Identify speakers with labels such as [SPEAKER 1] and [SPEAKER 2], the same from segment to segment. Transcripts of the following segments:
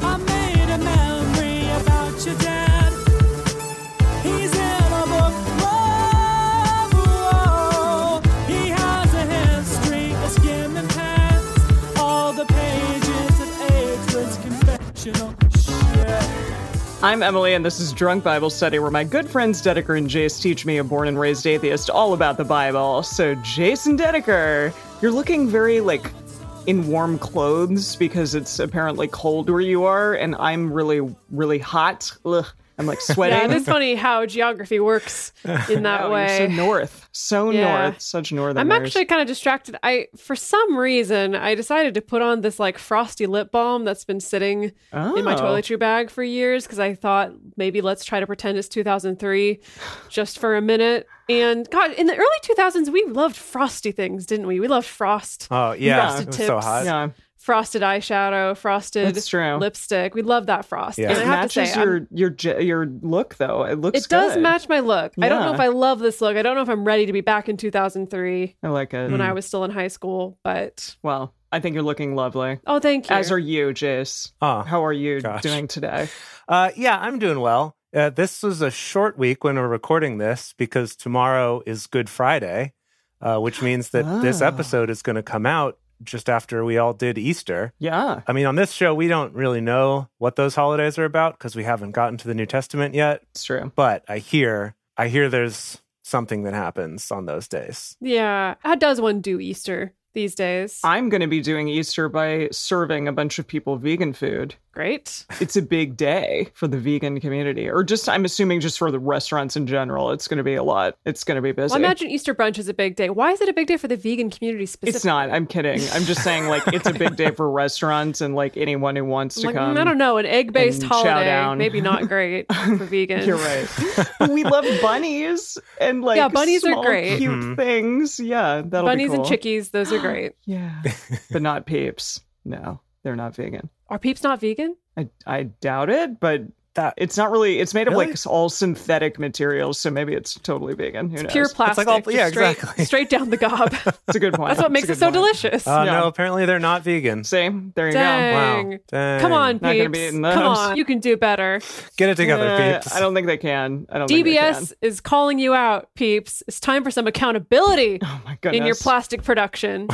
[SPEAKER 1] I made a memory about your dad. He's in a book. Whoa, whoa. He has a history of skimming past all the pages of Aidsworth's confessional. Shit.
[SPEAKER 2] I'm Emily, and this is Drunk Bible Study, where my good friends Dedeker and Jace teach me, a born and raised atheist, all about the Bible. So, Jason Dedeker, you're looking very like in warm clothes because it's apparently cold where you are, and I'm really, really hot. Ugh, I'm like
[SPEAKER 3] Yeah,
[SPEAKER 2] sweating.
[SPEAKER 3] it is funny how geography works in that
[SPEAKER 2] Oh,
[SPEAKER 3] way.
[SPEAKER 2] You're so north, so
[SPEAKER 3] Yeah.
[SPEAKER 2] north, such northerners.
[SPEAKER 3] I'm actually kind of distracted. I, for some reason, I decided to put on this like frosty lip balm that's been sitting in my
[SPEAKER 2] Oh.
[SPEAKER 3] toiletry bag for years because I thought maybe let's try to pretend it's 2003 just for a minute. And God, in the early 2000s, we loved frosty things, didn't we? We loved frost,
[SPEAKER 4] Oh yeah,
[SPEAKER 3] Frosted
[SPEAKER 4] it was so
[SPEAKER 3] tips.
[SPEAKER 4] hot.
[SPEAKER 2] yeah,
[SPEAKER 3] frosted eyeshadow, frosted
[SPEAKER 2] That's true.
[SPEAKER 3] lipstick. We loved that frost.
[SPEAKER 4] Yeah.
[SPEAKER 3] And I
[SPEAKER 2] it
[SPEAKER 3] have to say,
[SPEAKER 2] matches
[SPEAKER 3] I'm-
[SPEAKER 2] your your j- your look though. It looks.
[SPEAKER 3] it does
[SPEAKER 2] good.
[SPEAKER 3] match my look. I don't know
[SPEAKER 2] Yeah.
[SPEAKER 3] if I love this look. I don't know if I'm ready to be back in 2003.
[SPEAKER 2] I like it.
[SPEAKER 3] when I was still in high school, but
[SPEAKER 2] Well, I think you're looking lovely.
[SPEAKER 3] oh, thank you.
[SPEAKER 2] As are you, Jace.
[SPEAKER 4] Oh,
[SPEAKER 2] How are you
[SPEAKER 4] gosh.
[SPEAKER 2] doing today?
[SPEAKER 4] Uh, yeah, I'm doing well. Uh, this was a short week when we're recording this because tomorrow is Good Friday, uh, which means that this
[SPEAKER 2] Oh.
[SPEAKER 4] episode is going to come out just after we all did Easter.
[SPEAKER 2] Yeah.
[SPEAKER 4] I mean, on this show, we don't really know what those holidays are about because we haven't gotten to the New Testament yet.
[SPEAKER 2] It's true.
[SPEAKER 4] But I hear, I hear there's something that happens on those days.
[SPEAKER 3] yeah, how does one do Easter these days?
[SPEAKER 2] I'm going to be doing Easter by serving a bunch of people vegan food.
[SPEAKER 3] Great.
[SPEAKER 2] It's a big day for the vegan community, or just, I'm assuming, just for the restaurants in general. It's going to be a lot. It's going to be busy.
[SPEAKER 3] Well, imagine Easter brunch is a big day. Why is it a big day for the vegan community specifically?
[SPEAKER 2] it's not. I'm kidding. I'm just saying, like, it's a big day for restaurants and, like, anyone who wants to
[SPEAKER 3] Like,
[SPEAKER 2] come.
[SPEAKER 3] mm, I don't know, an egg-based
[SPEAKER 2] and chow
[SPEAKER 3] holiday,
[SPEAKER 2] down.
[SPEAKER 3] maybe not great for vegans.
[SPEAKER 2] You're right. But we love bunnies and, like,
[SPEAKER 3] Yeah, bunnies are
[SPEAKER 2] small,
[SPEAKER 3] great.
[SPEAKER 2] Cute
[SPEAKER 4] Mhm.
[SPEAKER 2] things. Yeah. That'll be
[SPEAKER 3] Bunnies and
[SPEAKER 2] cool.
[SPEAKER 3] chickies, those are great.
[SPEAKER 2] Yeah. but not peeps. No, they're not vegan.
[SPEAKER 3] Are peeps not vegan?
[SPEAKER 2] I, I doubt it, but
[SPEAKER 4] That
[SPEAKER 2] it's not really. It's made of
[SPEAKER 4] Really?
[SPEAKER 2] like all synthetic materials, so maybe it's totally vegan. Who knows?
[SPEAKER 3] Pure plastic.
[SPEAKER 4] all-
[SPEAKER 3] just
[SPEAKER 4] yeah,
[SPEAKER 3] straight,
[SPEAKER 4] exactly.
[SPEAKER 3] Straight down the gob.
[SPEAKER 2] It's a good point.
[SPEAKER 3] That's what makes it
[SPEAKER 2] It's
[SPEAKER 3] so
[SPEAKER 2] a good point.
[SPEAKER 3] delicious.
[SPEAKER 4] Uh,
[SPEAKER 2] Yeah.
[SPEAKER 4] No, apparently they're not vegan.
[SPEAKER 2] See, there you go.
[SPEAKER 3] Dang.
[SPEAKER 4] Wow. Dang.
[SPEAKER 3] Come on,
[SPEAKER 2] Not gonna
[SPEAKER 3] peeps.
[SPEAKER 2] be eating
[SPEAKER 3] Come
[SPEAKER 2] those.
[SPEAKER 3] on. You can do better.
[SPEAKER 4] Get it together,
[SPEAKER 2] Uh,
[SPEAKER 4] peeps.
[SPEAKER 2] I don't think they can. I don't. think they can.
[SPEAKER 3] DBS is calling you out, peeps. It's time for some accountability
[SPEAKER 2] Oh my goodness.
[SPEAKER 3] in your plastic production.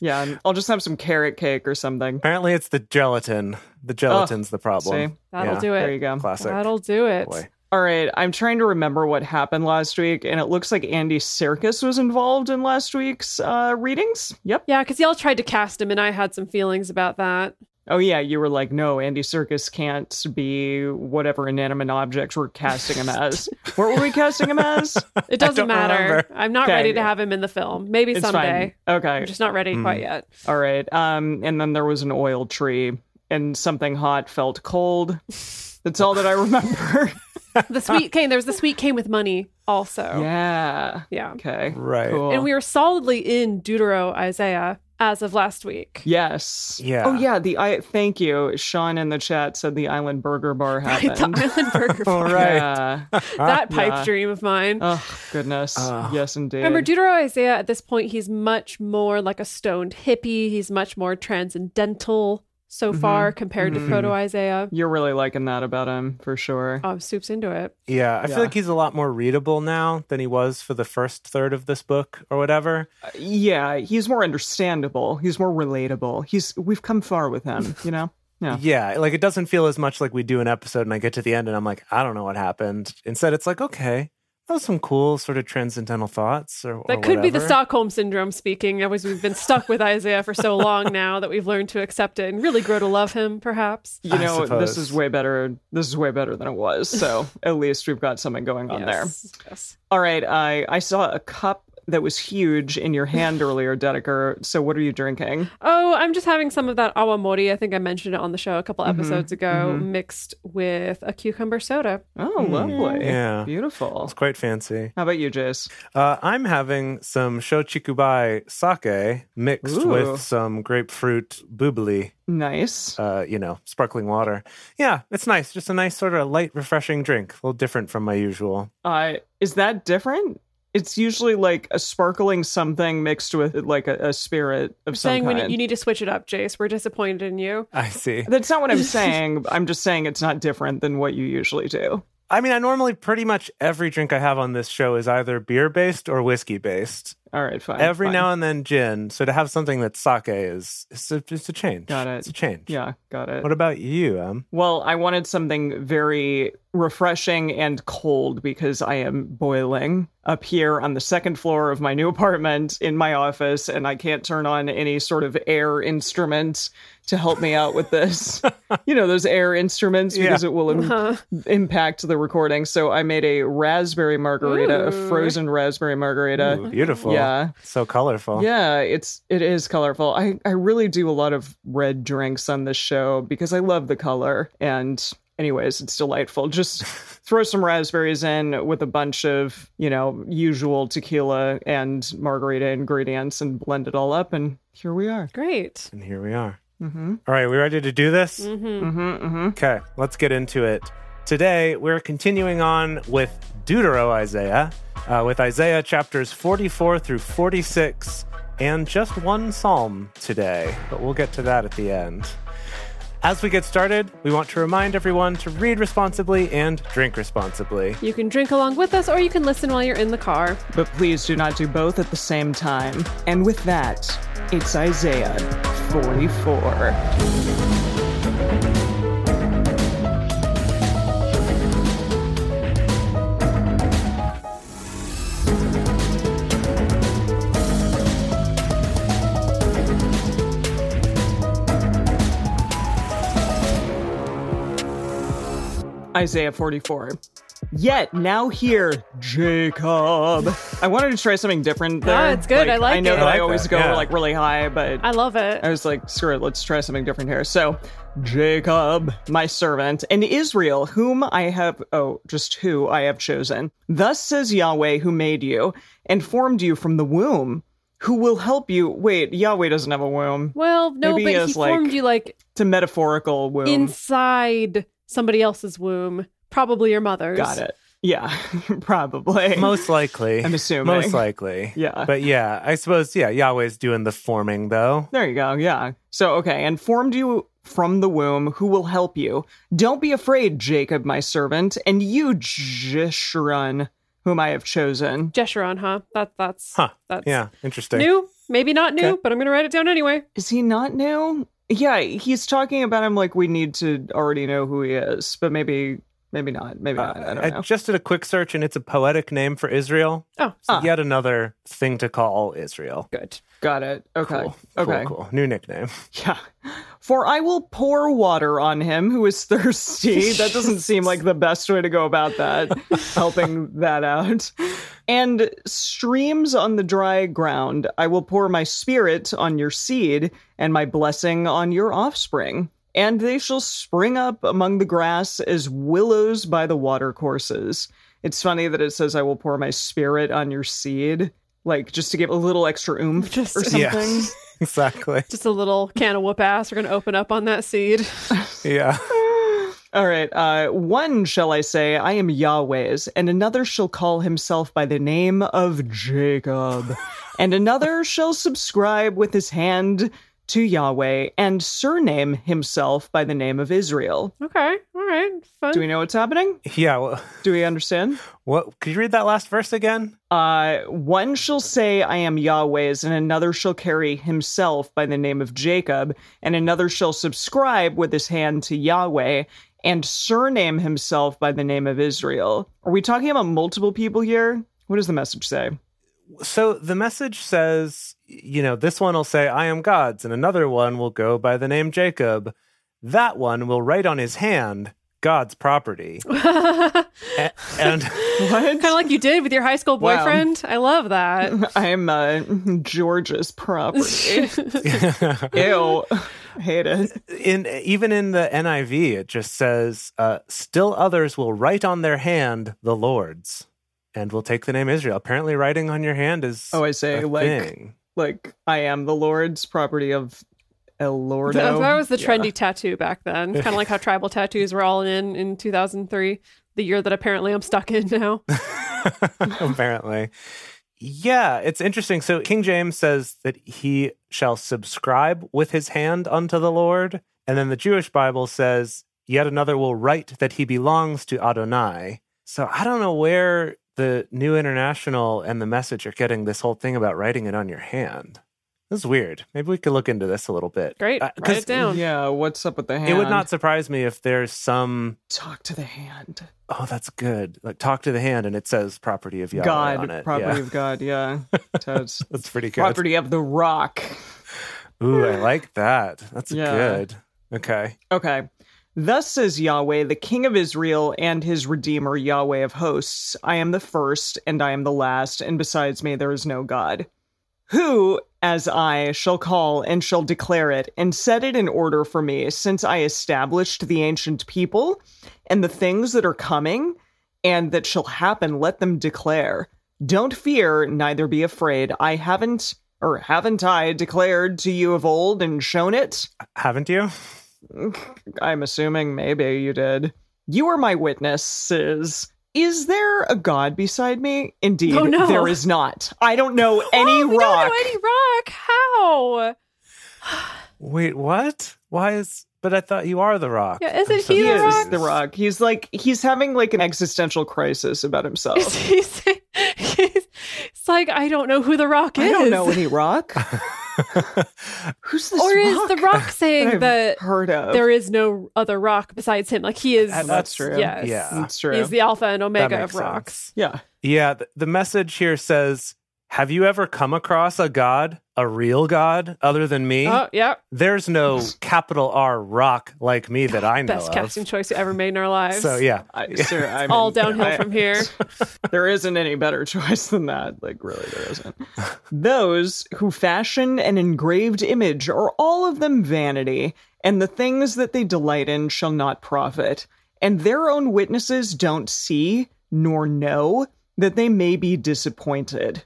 [SPEAKER 2] Yeah, and I'll just have some carrot cake or something.
[SPEAKER 4] Apparently, it's the gelatin. The gelatin's the problem.
[SPEAKER 2] see?
[SPEAKER 3] That'll
[SPEAKER 4] Yeah,
[SPEAKER 3] do
[SPEAKER 2] There you
[SPEAKER 3] it.
[SPEAKER 2] go.
[SPEAKER 4] Classic.
[SPEAKER 3] That'll do it.
[SPEAKER 4] Boy.
[SPEAKER 2] All right, I'm trying to remember what happened last week, and it looks like Andy Serkis was involved in last week's uh, readings. Yep.
[SPEAKER 3] Yeah, because y'all tried to cast him, and I had some feelings about that.
[SPEAKER 2] Oh yeah, you were like, no, Andy Circus can't be whatever inanimate objects we're casting him as. what were we casting him as?
[SPEAKER 3] It doesn't
[SPEAKER 4] don't
[SPEAKER 3] matter.
[SPEAKER 4] remember.
[SPEAKER 3] I'm not
[SPEAKER 2] Okay.
[SPEAKER 3] ready to have him in the film. Maybe
[SPEAKER 2] It's
[SPEAKER 3] someday.
[SPEAKER 2] fine. Mm.
[SPEAKER 3] I'm
[SPEAKER 2] Okay.
[SPEAKER 3] just not ready quite yet.
[SPEAKER 2] All right. Um, and then there was an oil tree, and something hot felt cold. That's all that I remember.
[SPEAKER 3] The sweet came. There was the sweet came with money also.
[SPEAKER 2] yeah.
[SPEAKER 3] Yeah.
[SPEAKER 2] Oh. Okay.
[SPEAKER 4] Right.
[SPEAKER 2] Cool.
[SPEAKER 3] And we were solidly in Deutero Isaiah as of last week.
[SPEAKER 2] Yes.
[SPEAKER 4] Yeah.
[SPEAKER 2] Oh yeah. The I. Thank you, Sean. In the chat said the Island Burger Bar
[SPEAKER 3] Right, the
[SPEAKER 2] happened.
[SPEAKER 3] Island Burger.
[SPEAKER 4] All
[SPEAKER 3] Farm.
[SPEAKER 4] right.
[SPEAKER 2] Yeah.
[SPEAKER 3] That pipe
[SPEAKER 2] Yeah.
[SPEAKER 3] dream of mine.
[SPEAKER 2] oh goodness.
[SPEAKER 4] Oh.
[SPEAKER 2] yes, indeed.
[SPEAKER 3] Remember, Deutero Isaiah at this point, he's much more like a stoned hippie. He's much more transcendental so
[SPEAKER 2] Mm-hmm.
[SPEAKER 3] far compared to Proto Isaiah.
[SPEAKER 2] You're really liking that about him for sure.
[SPEAKER 3] Um, Soup's into it.
[SPEAKER 4] Yeah, I
[SPEAKER 2] Yeah.
[SPEAKER 4] feel like he's a lot more readable now than he was for the first third of this book or whatever.
[SPEAKER 2] yeah he's more understandable he's more relatable he's we've come far with him you know yeah
[SPEAKER 4] Yeah, like it doesn't feel as much like we do an episode and I get to the end and I'm like, I don't know what happened. Instead, it's like, okay, that was some cool sort of transcendental thoughts or
[SPEAKER 3] That
[SPEAKER 4] or
[SPEAKER 3] could be the
[SPEAKER 4] whatever.
[SPEAKER 3] Stockholm syndrome speaking. As we've been stuck with Isaiah for so long now that we've learned to accept it and really grow to love him, perhaps.
[SPEAKER 2] you
[SPEAKER 4] I
[SPEAKER 2] know this
[SPEAKER 4] suppose.
[SPEAKER 2] is way better this is way better than it was so at least we've got something going on there
[SPEAKER 3] Yes. Yes.
[SPEAKER 2] all right i i saw a cup that was huge in your hand earlier, Dedeker. So what are you drinking?
[SPEAKER 3] Oh, I'm just having some of that awamori. I think I mentioned it on the show a couple
[SPEAKER 2] Mm-hmm.
[SPEAKER 3] episodes ago, mixed with a cucumber soda.
[SPEAKER 2] Oh, lovely.
[SPEAKER 4] Yeah.
[SPEAKER 2] Beautiful.
[SPEAKER 4] It's quite fancy.
[SPEAKER 2] How about you, Jace?
[SPEAKER 4] Uh, I'm having some shochikubai sake mixed
[SPEAKER 2] Ooh.
[SPEAKER 4] with some grapefruit bubli,
[SPEAKER 2] Nice.
[SPEAKER 4] uh, you know, sparkling water. Yeah, it's nice. Just a nice sort of light, refreshing drink. A little different from my usual.
[SPEAKER 2] Uh, is that different? It's usually like a sparkling something mixed with like a, a spirit of some
[SPEAKER 3] Saying
[SPEAKER 2] kind.
[SPEAKER 3] when you need to switch it up, Jace. We're disappointed in you.
[SPEAKER 4] I see.
[SPEAKER 2] That's not what I'm saying. I'm just saying it's not different than what you usually do.
[SPEAKER 4] I mean, I normally pretty much every drink I have on this show is either beer based or whiskey based.
[SPEAKER 2] All right, fine.
[SPEAKER 4] Every
[SPEAKER 2] fine.
[SPEAKER 4] now and then gin. So to have something that's sake is it's a, it's a change.
[SPEAKER 2] Got it.
[SPEAKER 4] It's a change.
[SPEAKER 2] yeah, got it.
[SPEAKER 4] What about you, Em?
[SPEAKER 2] Well, I wanted something very refreshing and cold because I am boiling up here on the second floor of my new apartment in my office, and I can't turn on any sort of air instrument to help me out with this. you know, those air instruments because
[SPEAKER 4] Yeah. Uh-huh.
[SPEAKER 2] it will im- impact the recording. So I made a raspberry margarita, a
[SPEAKER 3] Ooh.
[SPEAKER 2] frozen raspberry margarita.
[SPEAKER 4] Ooh, beautiful.
[SPEAKER 2] Uh, Yeah.
[SPEAKER 4] So colorful.
[SPEAKER 2] Yeah, it's it is colorful. I I really do a lot of red drinks on this show because I love the color and anyways, it's delightful. Just throw some raspberries in with a bunch of, you know, usual tequila and margarita ingredients and blend it all up and here we are.
[SPEAKER 3] Great.
[SPEAKER 4] And here we are.
[SPEAKER 2] Mhm.
[SPEAKER 4] All right, we ready to do this?
[SPEAKER 2] Mhm. Mhm.
[SPEAKER 4] Okay, let's get into it. Today, we're continuing on with Deutero Isaiah, uh, with Isaiah chapters 44 through 46, and just one psalm today, but we'll get to that at the end. As we get started, we want to remind everyone to read responsibly and drink responsibly.
[SPEAKER 3] You can drink along with us, or you can listen while you're in the car.
[SPEAKER 2] But please do not do both at the same time. And with that, it's Isaiah 44. Isaiah 44. Yet now hear Jacob. I wanted to try something different there.
[SPEAKER 3] Ah, it's good. I like
[SPEAKER 2] I know
[SPEAKER 3] it.
[SPEAKER 2] that
[SPEAKER 3] I
[SPEAKER 2] I,
[SPEAKER 4] like
[SPEAKER 2] always
[SPEAKER 4] that,
[SPEAKER 2] go
[SPEAKER 4] yeah.
[SPEAKER 2] like really high, but
[SPEAKER 3] I love it.
[SPEAKER 2] I was like, screw it, let's try something different here. So, Jacob, my servant, and Israel, whom I have, oh, just who I have chosen. Thus says Yahweh, who made you and formed you from the womb, who will help you. Wait, Yahweh doesn't have a womb.
[SPEAKER 3] well, no,
[SPEAKER 2] Maybe
[SPEAKER 3] but
[SPEAKER 2] he
[SPEAKER 3] he
[SPEAKER 2] is, like, um,
[SPEAKER 3] formed you like
[SPEAKER 2] It's a metaphorical womb.
[SPEAKER 3] inside somebody else's womb, probably your mother's.
[SPEAKER 2] Got it. Yeah, probably.
[SPEAKER 4] Most likely.
[SPEAKER 2] I'm assuming.
[SPEAKER 4] Most likely.
[SPEAKER 2] Yeah.
[SPEAKER 4] But yeah, I suppose, yeah, Yahweh's doing the forming, though.
[SPEAKER 2] There you go. Yeah. So, okay. And formed you from the womb, who will help you? Don't be afraid, Jacob, my servant, and you, Jeshurun, whom I have chosen.
[SPEAKER 3] Jeshurun, huh? That that's
[SPEAKER 4] Huh.
[SPEAKER 3] that's
[SPEAKER 4] Yeah, interesting.
[SPEAKER 3] new. Maybe not new,
[SPEAKER 4] Okay.
[SPEAKER 3] but I'm gonna write it down anyway.
[SPEAKER 2] Is he not new? Yeah. He's talking about him like we need to already know who he is, but maybe, maybe not. Maybe not. I don't
[SPEAKER 4] Uh, I
[SPEAKER 2] know.
[SPEAKER 4] just did a quick search and it's a poetic name for Israel.
[SPEAKER 3] Oh,
[SPEAKER 4] So
[SPEAKER 2] Ah.
[SPEAKER 4] yet another thing to call Israel.
[SPEAKER 3] good.
[SPEAKER 2] Got it. Okay.
[SPEAKER 4] Cool.
[SPEAKER 2] Okay.
[SPEAKER 4] Cool, cool. New nickname.
[SPEAKER 2] Yeah. For I will pour water on him who is thirsty. That doesn't seem like the best way to go about that, helping that out. And streams on the dry ground. I will pour my spirit on your seed and my blessing on your offspring. And they shall spring up among the grass as willows by the watercourses. It's funny that it says, I will pour my spirit on your seed, like just to give a little extra oomph
[SPEAKER 3] Just-
[SPEAKER 2] or something.
[SPEAKER 4] Yeah. exactly.
[SPEAKER 3] Just a little can of whoop ass. We're gonna open up on that seed.
[SPEAKER 4] Yeah.
[SPEAKER 2] All right. Uh, one shall I say, I am Yahweh's, and another shall call himself by the name of Jacob, and another shall subscribe with his hand to Yahweh and surname himself by the name of Israel.
[SPEAKER 3] okay, all right, fun.
[SPEAKER 2] Do we know what's happening?
[SPEAKER 4] Yeah. Well,
[SPEAKER 2] Do we understand?
[SPEAKER 4] what? Could you read that last verse again?
[SPEAKER 2] Uh, one shall say, I am Yahweh's, and another shall carry himself by the name of Jacob, and another shall subscribe with his hand to Yahweh and surname himself by the name of Israel. Are we talking about multiple people here? What does the message say?
[SPEAKER 4] So the message says, you know, this one will say, I am God's, and another one will go by the name Jacob. That one will write on his hand, God's property. A- and
[SPEAKER 2] What?
[SPEAKER 3] Kind of like you did with your high school
[SPEAKER 2] Wow.
[SPEAKER 3] boyfriend. I love that.
[SPEAKER 2] I'm uh, George's property. Ew. Hate it.
[SPEAKER 4] in even in the NIV, it just says, uh, "Still others will write on their hand the Lord's, and will take the name Israel." Apparently, writing on your hand is
[SPEAKER 2] Oh, I say,
[SPEAKER 4] a
[SPEAKER 2] like-
[SPEAKER 4] thing.
[SPEAKER 2] Like, I am the Lord's property of El Lordo.
[SPEAKER 3] That that was the trendy tattoo back then. Kind of like how tribal tattoos were all in in 2003, the year that apparently I'm stuck in now.
[SPEAKER 4] apparently. Yeah, it's interesting. So King James says that he shall subscribe with his hand unto the Lord. And then the Jewish Bible says, yet another will write that he belongs to Adonai. So I don't know where the New International and the message are getting this whole thing about writing it on your hand. This is weird. Maybe we could look into this a little bit.
[SPEAKER 3] Great,
[SPEAKER 4] Uh,
[SPEAKER 3] write
[SPEAKER 4] 'cause
[SPEAKER 3] it down.
[SPEAKER 2] Yeah, what's up with the hand?
[SPEAKER 4] It would not surprise me if there's some,
[SPEAKER 2] talk to the hand.
[SPEAKER 4] oh, that's good. Like talk to the hand and it says property of Yahweh on
[SPEAKER 2] God,
[SPEAKER 4] it.
[SPEAKER 2] property
[SPEAKER 4] Yeah.
[SPEAKER 2] of God. Yeah, Totes.
[SPEAKER 4] That's pretty good.
[SPEAKER 2] property of the rock.
[SPEAKER 4] Ooh, I like that. That's
[SPEAKER 2] Yeah.
[SPEAKER 4] good. Okay.
[SPEAKER 2] Okay. Thus says Yahweh, the King of Israel and his Redeemer, Yahweh of hosts I am the first, and I am the last, and besides me there is no God. Who, as I, shall call and shall declare it, and set it in order for me, since I established the ancient people, and the things that are coming, and that shall happen, let them declare. Don't fear, neither be afraid. I haven't, or haven't I, declared to you of old and shown it?
[SPEAKER 4] Haven't you?
[SPEAKER 2] I'm assuming maybe you did. You are my witnesses. Is there a god beside me? Indeed,
[SPEAKER 3] Oh, no.
[SPEAKER 2] there is not. I don't know any
[SPEAKER 3] Oh, we
[SPEAKER 2] rock.
[SPEAKER 3] Don't know any rock. How?
[SPEAKER 4] Wait, what? Why is but I thought you are the rock.
[SPEAKER 3] Yeah, isn't
[SPEAKER 4] I'm so
[SPEAKER 3] he the
[SPEAKER 2] He is
[SPEAKER 4] confused.
[SPEAKER 2] the rock. He's like he's having like an existential crisis about himself.
[SPEAKER 3] He's, he's- it's like I don't know who the rock is.
[SPEAKER 2] I don't know any rock. Who's this?
[SPEAKER 3] or is
[SPEAKER 2] rock
[SPEAKER 3] the rock saying
[SPEAKER 2] that, I've
[SPEAKER 3] that,
[SPEAKER 2] heard of?
[SPEAKER 3] there is no other rock besides him? Like he is.
[SPEAKER 4] Uh,
[SPEAKER 2] that's true.
[SPEAKER 3] Yes.
[SPEAKER 4] Yeah.
[SPEAKER 2] That's true.
[SPEAKER 3] He's the alpha and
[SPEAKER 4] That
[SPEAKER 3] omega
[SPEAKER 4] makes
[SPEAKER 3] of rocks.
[SPEAKER 4] sense.
[SPEAKER 2] yeah.
[SPEAKER 4] Yeah, the, the message here says, "Have you ever come across a god, a real god other than me?
[SPEAKER 3] Oh, yeah.
[SPEAKER 4] There's no capital R rock like me that I know
[SPEAKER 3] Best
[SPEAKER 4] of."
[SPEAKER 3] casting choice we ever made in our lives.
[SPEAKER 4] so yeah.
[SPEAKER 2] I, sir, I
[SPEAKER 3] All
[SPEAKER 2] mean,
[SPEAKER 3] downhill
[SPEAKER 2] I-
[SPEAKER 3] from here.
[SPEAKER 2] there isn't any better choice than that. Like, really, there isn't. Those who fashion an engraved image are all of them vanity, and the things that they delight in shall not profit. And their own witnesses don't see nor know that they may be disappointed.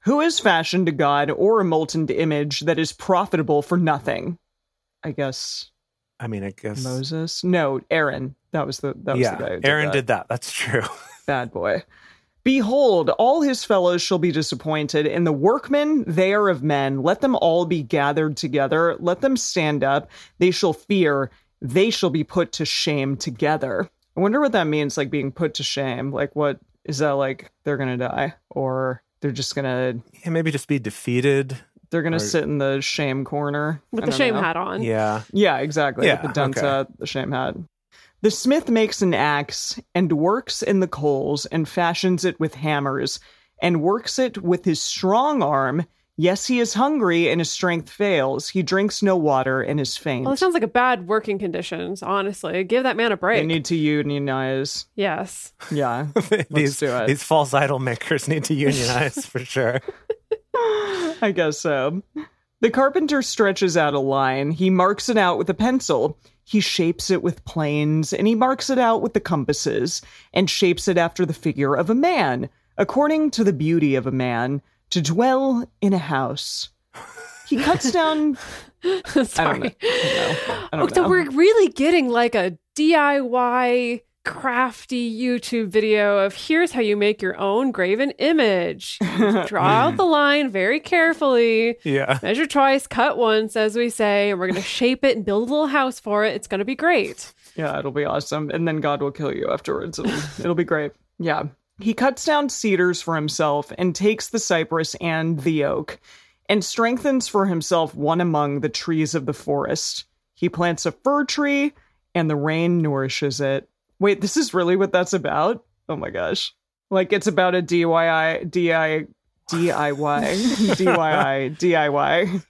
[SPEAKER 2] Who has fashioned a god or a molten image that is profitable for nothing? I guess
[SPEAKER 4] I mean, I guess
[SPEAKER 2] Moses. No, Aaron. That was the that was
[SPEAKER 4] yeah.
[SPEAKER 2] the guy. Who did
[SPEAKER 4] Aaron
[SPEAKER 2] that
[SPEAKER 4] did that. That's true.
[SPEAKER 2] bad boy. Behold, all his fellows shall be disappointed, and the workmen, they are of men. Let them all be gathered together. Let them stand up. They shall fear. They shall be put to shame together. I wonder what that means, like being put to shame. Like, what is that like? They're going to die, or they're just going to,
[SPEAKER 4] yeah, maybe just be defeated.
[SPEAKER 2] they're going to sit in the shame corner.
[SPEAKER 3] With
[SPEAKER 2] I
[SPEAKER 3] the
[SPEAKER 2] don't
[SPEAKER 3] shame
[SPEAKER 2] know.
[SPEAKER 3] hat on.
[SPEAKER 4] Yeah.
[SPEAKER 2] Yeah, exactly.
[SPEAKER 4] Yeah,
[SPEAKER 2] the dunce
[SPEAKER 4] okay.
[SPEAKER 2] hat, the shame hat. The smith makes an axe and works in the coals and fashions it with hammers and works it with his strong arm. Yes, he is hungry and his strength fails. He drinks no water and is faint.
[SPEAKER 3] Well, it sounds like a bad working conditions, honestly. Give that man a break.
[SPEAKER 2] they need to unionize.
[SPEAKER 3] yes.
[SPEAKER 2] Yeah.
[SPEAKER 4] these,
[SPEAKER 2] do it.
[SPEAKER 4] these false idol makers need to unionize for sure.
[SPEAKER 2] I guess so. The carpenter stretches out a line. He marks it out with a pencil. He shapes it with planes, and he marks it out with the compasses, and shapes it after the figure of a man, according to the beauty of a man, to dwell in a house. He cuts down. I don't know.
[SPEAKER 3] Sorry.
[SPEAKER 2] I don't know. I
[SPEAKER 3] Oh,
[SPEAKER 2] don't
[SPEAKER 3] so
[SPEAKER 2] know.
[SPEAKER 3] we're really getting like a DIY crafty YouTube video of here's how you make your own graven image. You Draw out the line very carefully.
[SPEAKER 4] Yeah.
[SPEAKER 3] Measure twice, cut once, as we say, and we're going to shape it and build a little house for it. It's going to be great.
[SPEAKER 2] Yeah, it'll be awesome. And then God will kill you afterwards. It'll, it'll be great. Yeah. He cuts down cedars for himself and takes the cypress and the oak and strengthens for himself one among the trees of the forest. He plants a fir tree and the rain nourishes it. Wait, this is really what that's about? Oh my gosh. Like it's about a DIY, DIY, DIY, DIY, DIY.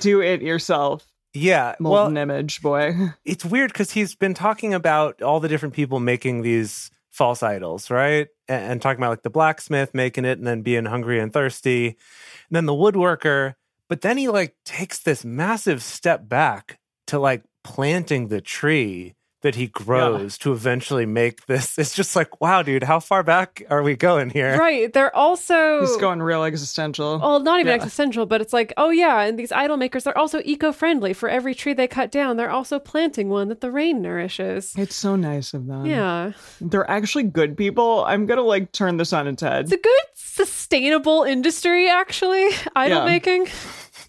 [SPEAKER 2] Do it yourself
[SPEAKER 4] Yeah.
[SPEAKER 2] Molten
[SPEAKER 4] well,
[SPEAKER 2] image, boy.
[SPEAKER 4] it's weird because he's been talking about all the different people making these false idols, right? A- And, talking about like the blacksmith making it and then being hungry and thirsty, and then the woodworker. But then he like takes this massive step back to like planting the tree that he grows to eventually make this. It's just like, wow, dude, how far back are we going here?
[SPEAKER 3] Right. They're also
[SPEAKER 2] He's going real existential.
[SPEAKER 3] well, not even
[SPEAKER 2] Yeah.
[SPEAKER 3] existential, but it's like, oh yeah, and these idol makers are also eco-friendly. For every tree they cut down, they're also planting one that the rain nourishes.
[SPEAKER 2] It's so nice of them.
[SPEAKER 3] Yeah.
[SPEAKER 2] They're actually good people. I'm gonna like turn this on its head.
[SPEAKER 3] It's a good sustainable industry actually, idol
[SPEAKER 2] Yeah.
[SPEAKER 3] making.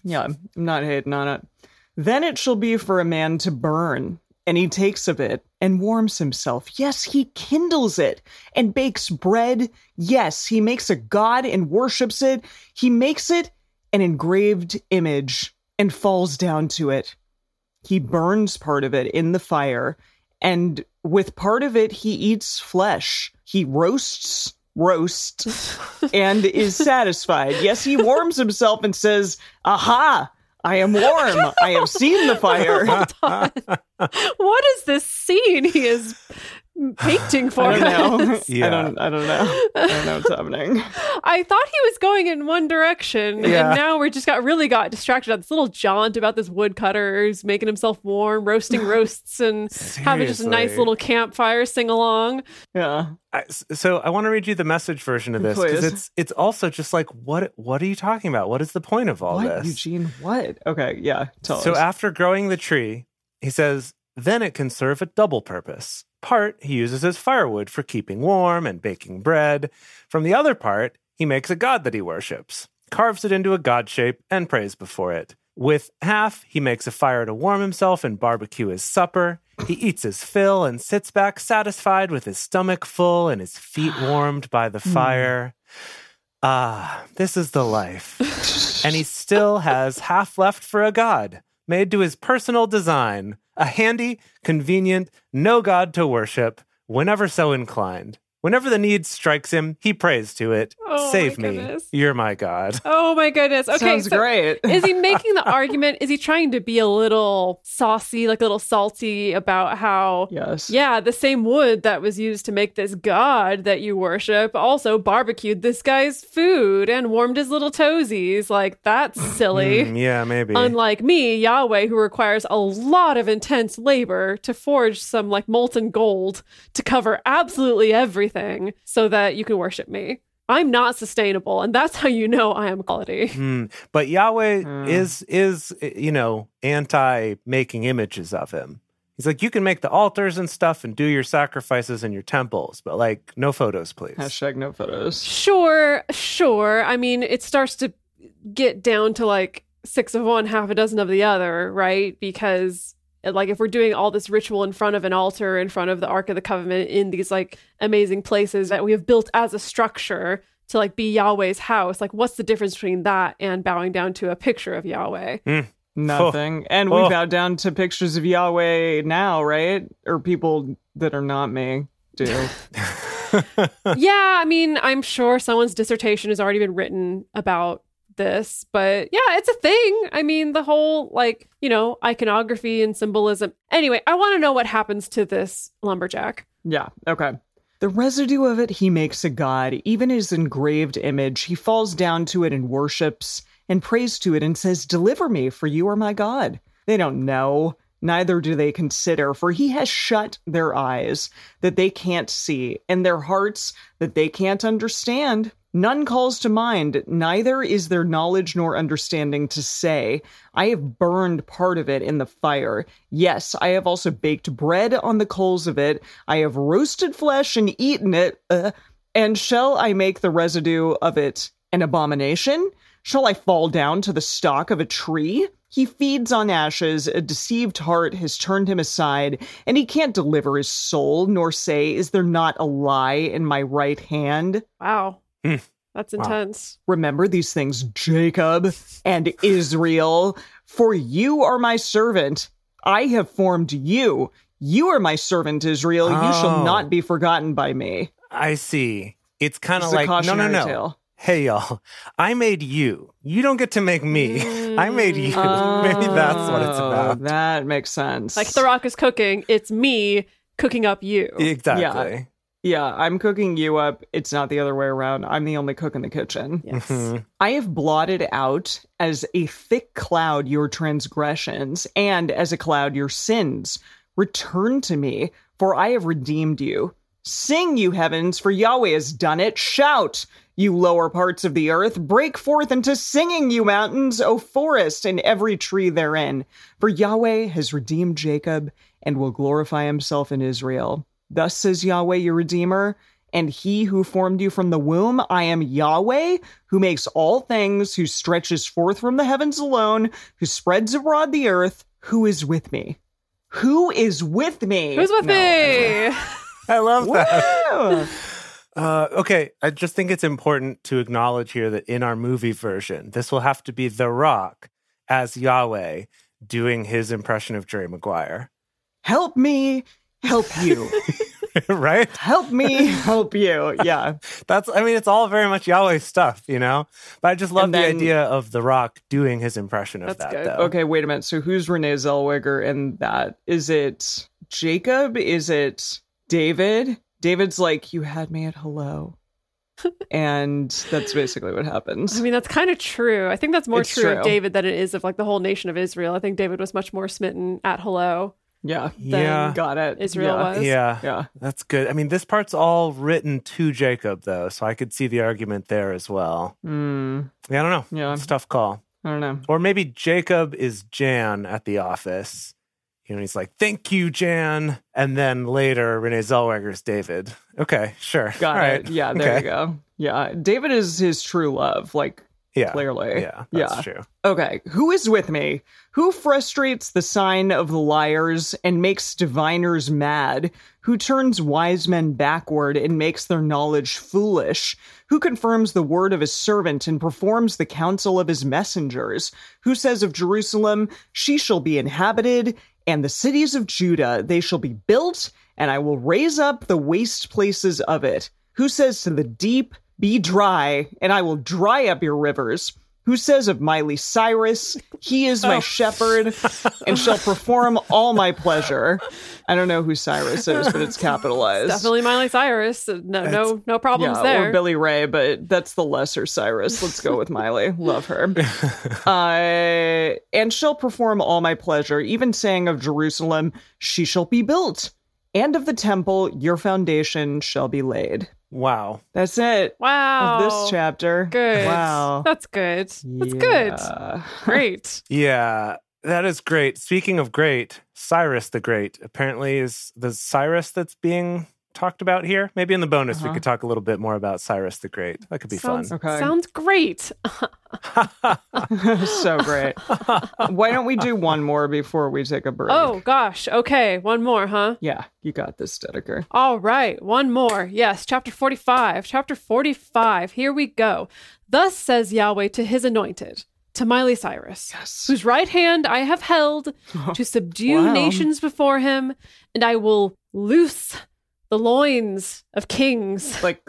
[SPEAKER 2] Yeah, I'm not hating on it. Then it shall be for a man to burn, and he takes of it and warms himself. Yes, he kindles it and bakes bread. Yes, he makes a god and worships it. He makes it an engraved image and falls down to it. He burns part of it in the fire, and with part of it, he eats flesh. He roasts, roasts, and is satisfied. Yes, he warms himself and says, Aha, I am warm. I have seen the fire.
[SPEAKER 3] What is this scene he is painting for
[SPEAKER 2] I don't
[SPEAKER 3] us?
[SPEAKER 2] know.
[SPEAKER 4] Yeah.
[SPEAKER 2] I don't. I don't know. I don't know what's happening.
[SPEAKER 3] I thought he was going in one direction,
[SPEAKER 4] Yeah.
[SPEAKER 3] and now we just got really got distracted on this little jaunt about this woodcutter who's making himself warm, roasting roasts, and having just a nice
[SPEAKER 4] Seriously.
[SPEAKER 3] little campfire sing along.
[SPEAKER 2] Yeah.
[SPEAKER 4] I- s- so I want to read you the message version of this because
[SPEAKER 2] Please.
[SPEAKER 4] it's it's also just like what what are you talking about? What is the point of all
[SPEAKER 2] what,
[SPEAKER 4] this?
[SPEAKER 2] Eugene? What? Okay. Yeah. Tell
[SPEAKER 4] So
[SPEAKER 2] us.
[SPEAKER 4] after growing the tree, he says, then it can serve a double purpose. Part he uses as firewood for keeping warm and baking bread. From the other part, he makes a god that he worships, carves it into a god shape, and prays before it. With half, he makes a fire to warm himself and barbecue his supper. He eats his fill and sits back satisfied with his stomach full and his feet warmed by the
[SPEAKER 2] Hmm.
[SPEAKER 4] fire. Ah, this is the life and he still has half left for a god, made to his personal design, a handy, convenient, no god to worship, whenever so inclined. Whenever the need strikes him, he prays to it.
[SPEAKER 3] Oh, my
[SPEAKER 4] Save me.
[SPEAKER 3] goodness.
[SPEAKER 4] You're my god.
[SPEAKER 3] Oh my goodness! Okay,
[SPEAKER 2] Sounds
[SPEAKER 3] so
[SPEAKER 2] great.
[SPEAKER 3] is he making the argument? Is he trying to be a little saucy, like a little salty about how?
[SPEAKER 2] yes.
[SPEAKER 3] Yeah, the same wood that was used to make this god that you worship also barbecued this guy's food and warmed his little toesies. Like, that's silly.
[SPEAKER 4] Mm, yeah, maybe.
[SPEAKER 3] Unlike me, Yahweh, who requires a lot of intense labor to forge some like molten gold to cover absolutely everything so that you can worship me. I'm not sustainable, and that's how you know I am quality.
[SPEAKER 4] Hmm. But Yahweh
[SPEAKER 2] Hmm.
[SPEAKER 4] is is you know anti making images of him. He's like, you can make the altars and stuff and do your sacrifices in your temples, but like, no photos, please.
[SPEAKER 2] Hashtag no photos.
[SPEAKER 3] Sure, sure. I mean, it starts to get down to like six of one, half a dozen of the other, right? Because like if we're doing all this ritual in front of an altar, in front of the Ark of the Covenant, in these like amazing places that we have built as a structure to like be Yahweh's house, like what's the difference between that and bowing down to a picture of Yahweh?
[SPEAKER 2] Nothing. And we
[SPEAKER 4] Oh.
[SPEAKER 2] bow down to pictures of Yahweh now, right? Or people that are not me do.
[SPEAKER 3] yeah, I mean, I'm sure someone's dissertation has already been written about this, but yeah, it's a thing. I mean, the whole like, you know, iconography and symbolism. Anyway, I want to know what happens to this lumberjack.
[SPEAKER 2] Yeah, okay. The residue of it he makes a god, even his engraved image. He falls down to it and worships and prays to it and says, Deliver me, for you are my God. They don't know, neither do they consider, for he has shut their eyes that they can't see, and their hearts that they can't understand. None calls to mind, neither is there knowledge nor understanding to say, I have burned part of it in the fire. Yes, I have also baked bread on the coals of it. I have roasted flesh and eaten it. Uh, and shall I make the residue of it an abomination? Shall I fall down to the stalk of a tree? He feeds on ashes, a deceived heart has turned him aside, and he can't deliver his soul, nor say, Is there not a lie in my right hand?
[SPEAKER 3] Wow.
[SPEAKER 4] Hmm.
[SPEAKER 3] That's intense.
[SPEAKER 2] Remember these things, Jacob and Israel. For you are my servant. I have formed you. You are my servant, Israel. You
[SPEAKER 4] Oh.
[SPEAKER 2] shall not be forgotten by me.
[SPEAKER 4] I see. It's kind
[SPEAKER 2] It's
[SPEAKER 4] of
[SPEAKER 2] a
[SPEAKER 4] like no, no,
[SPEAKER 2] cautionary
[SPEAKER 4] no.
[SPEAKER 2] tale.
[SPEAKER 4] hey, y'all, I made you. You don't get to make me. I made you. Maybe that's what it's
[SPEAKER 2] Oh,
[SPEAKER 4] about.
[SPEAKER 2] That makes sense.
[SPEAKER 3] Like The Rock is cooking, it's me cooking up you.
[SPEAKER 4] Exactly.
[SPEAKER 2] Yeah, I'm cooking you up. It's not the other way around. I'm the only cook in the kitchen.
[SPEAKER 4] Mhm.
[SPEAKER 3] Yes.
[SPEAKER 2] I have blotted out as a thick cloud your transgressions, and as a cloud your sins. Return to me, for I have redeemed you. Sing, you heavens, for Yahweh has done it. Shout, you lower parts of the earth. Break forth into singing, you mountains, O forest, and every tree therein. For Yahweh has redeemed Jacob and will glorify himself in Israel. Thus says Yahweh, your Redeemer, and he who formed you from the womb. I am Yahweh, who makes all things, who stretches forth from the heavens alone, who spreads abroad the earth. Who is with me? Who is with me?
[SPEAKER 3] Who's with
[SPEAKER 2] No.
[SPEAKER 3] me?
[SPEAKER 4] I love that.
[SPEAKER 2] Woo!
[SPEAKER 4] Uh, okay, I just think it's important to acknowledge here that in our movie version, this will have to be The Rock as Yahweh doing his impression of Jerry Maguire,
[SPEAKER 2] help me, help you.
[SPEAKER 4] right?
[SPEAKER 2] help me, help you. Yeah.
[SPEAKER 4] That's, I mean, it's all very much Yahweh stuff, you know? But I just love
[SPEAKER 2] And
[SPEAKER 4] the
[SPEAKER 2] then-
[SPEAKER 4] idea of The Rock doing his impression of that,
[SPEAKER 3] That's good.
[SPEAKER 4] though.
[SPEAKER 2] Okay, wait a minute. So who's Renee Zellweger in that? Is it Jacob? Is it David? David's like, you had me at hello. and that's basically what happens.
[SPEAKER 3] I mean, that's kind of true. I think that's more
[SPEAKER 2] It's
[SPEAKER 3] true,
[SPEAKER 2] true.
[SPEAKER 3] of David than it is of like the whole nation of Israel. I think David was much more smitten at hello.
[SPEAKER 2] yeah.
[SPEAKER 4] Yeah.
[SPEAKER 2] Got it.
[SPEAKER 3] Israel
[SPEAKER 2] yeah.
[SPEAKER 3] was.
[SPEAKER 4] Yeah.
[SPEAKER 2] Yeah.
[SPEAKER 4] That's good. I mean, this part's all written to Jacob, though, so I could see the argument there as well.
[SPEAKER 2] Mm,
[SPEAKER 4] Yeah, I don't know.
[SPEAKER 2] yeah.
[SPEAKER 4] It's a tough call.
[SPEAKER 2] I don't know.
[SPEAKER 4] Or maybe Jacob is Jan at the office. You know, he's like, thank you, Jan. And then later, Renee Zellweger's David. Okay, sure.
[SPEAKER 2] Got
[SPEAKER 4] All
[SPEAKER 2] it.
[SPEAKER 4] right.
[SPEAKER 2] Yeah, there
[SPEAKER 4] Okay.
[SPEAKER 2] you go. Yeah. David is his true love, like
[SPEAKER 4] Yeah.
[SPEAKER 2] clearly.
[SPEAKER 4] Yeah, that's
[SPEAKER 2] Yeah.
[SPEAKER 4] true.
[SPEAKER 2] Okay, who is with me? Who frustrates the sign of the liars and makes diviners mad? Who turns wise men backward and makes their knowledge foolish? Who confirms the word of his servant and performs the counsel of his messengers? Who says of Jerusalem, She shall be inhabited, and the cities of Judah, they shall be built, and I will raise up the waste places of it? Who says to the deep, Be dry, and I will dry up your rivers? who says of Miley Cyrus, He is my shepherd and shall perform all my pleasure. I don't know who Cyrus is, but it's capitalized.
[SPEAKER 3] Definitely Miley Cyrus. No, no, no problems
[SPEAKER 2] yeah,
[SPEAKER 3] there.
[SPEAKER 2] or Billy Ray, but that's the lesser Cyrus. Let's go with Miley. Love her. Uh, and shall perform all my pleasure, even saying of Jerusalem, she shall be built, and of the temple, your foundation shall be laid.
[SPEAKER 4] Wow.
[SPEAKER 2] That's it
[SPEAKER 3] wow.
[SPEAKER 2] of this chapter.
[SPEAKER 3] Oh, Good.
[SPEAKER 2] Wow.
[SPEAKER 3] That's good. That's good.
[SPEAKER 2] Yeah.
[SPEAKER 3] Great.
[SPEAKER 4] Yeah, that is great. Speaking of great, Cyrus the Great apparently is the Cyrus that's being talked about here. Maybe in the bonus, we
[SPEAKER 2] Uh-huh.
[SPEAKER 4] could talk a little bit more about Cyrus the Great. That could be
[SPEAKER 3] sounds,
[SPEAKER 4] fun.
[SPEAKER 2] Okay.
[SPEAKER 3] sounds great.
[SPEAKER 2] so great. Why don't we do one more before we take a break?
[SPEAKER 3] Oh gosh. Okay. One more, huh?
[SPEAKER 2] yeah, you got this, Dedeker.
[SPEAKER 3] All right, one more. Yes, chapter 45. Chapter 45. Here we go. Thus says Yahweh to his anointed, to Miley Cyrus, whose right hand I have held to subdue
[SPEAKER 2] Wow.
[SPEAKER 3] nations before him, and I will loose the loins of kings.
[SPEAKER 2] Like,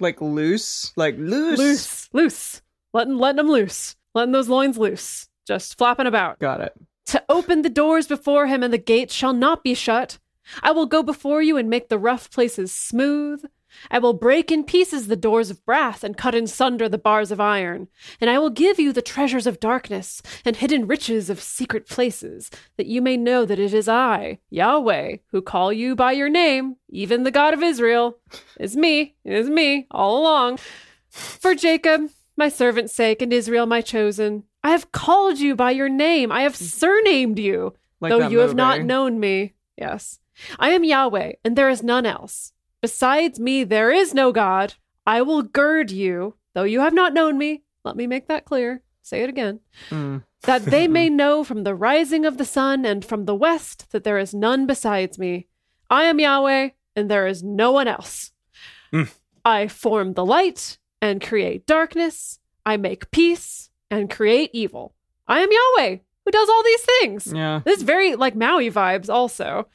[SPEAKER 2] like loose, like loose.
[SPEAKER 3] Loose, loose. Letting, letting them loose. Letting those loins loose. Just flopping about
[SPEAKER 2] Got it.
[SPEAKER 3] to open the doors before him, and the gates shall not be shut. I will go before you and make the rough places smooth. I will break in pieces the doors of brass and cut in sunder the bars of iron. And I will give you the treasures of darkness and hidden riches of secret places, that you may know that it is I, Yahweh, who call you by your name, even the God of Israel. It's me, it is me, all along. For Jacob, my servant's sake, and Israel, my chosen, I have called you by your name. I have surnamed you,
[SPEAKER 2] Mm-hmm. Like
[SPEAKER 3] though
[SPEAKER 2] that
[SPEAKER 3] Oh, you have not
[SPEAKER 2] movie.
[SPEAKER 3] known me. Yes. I am Yahweh, and there is none else. Besides me, there is no God. I will gird you, though you have not known me. Let me make that clear. Say it again.
[SPEAKER 2] Mm.
[SPEAKER 3] That they may know from the rising of the sun and from the west that there is none besides me. I am Yahweh, and there is no one else.
[SPEAKER 4] Mm.
[SPEAKER 3] I form the light and create darkness. I make peace and create evil. I am Yahweh, who does all these things.
[SPEAKER 2] Yeah.
[SPEAKER 3] This is very like Maui vibes also.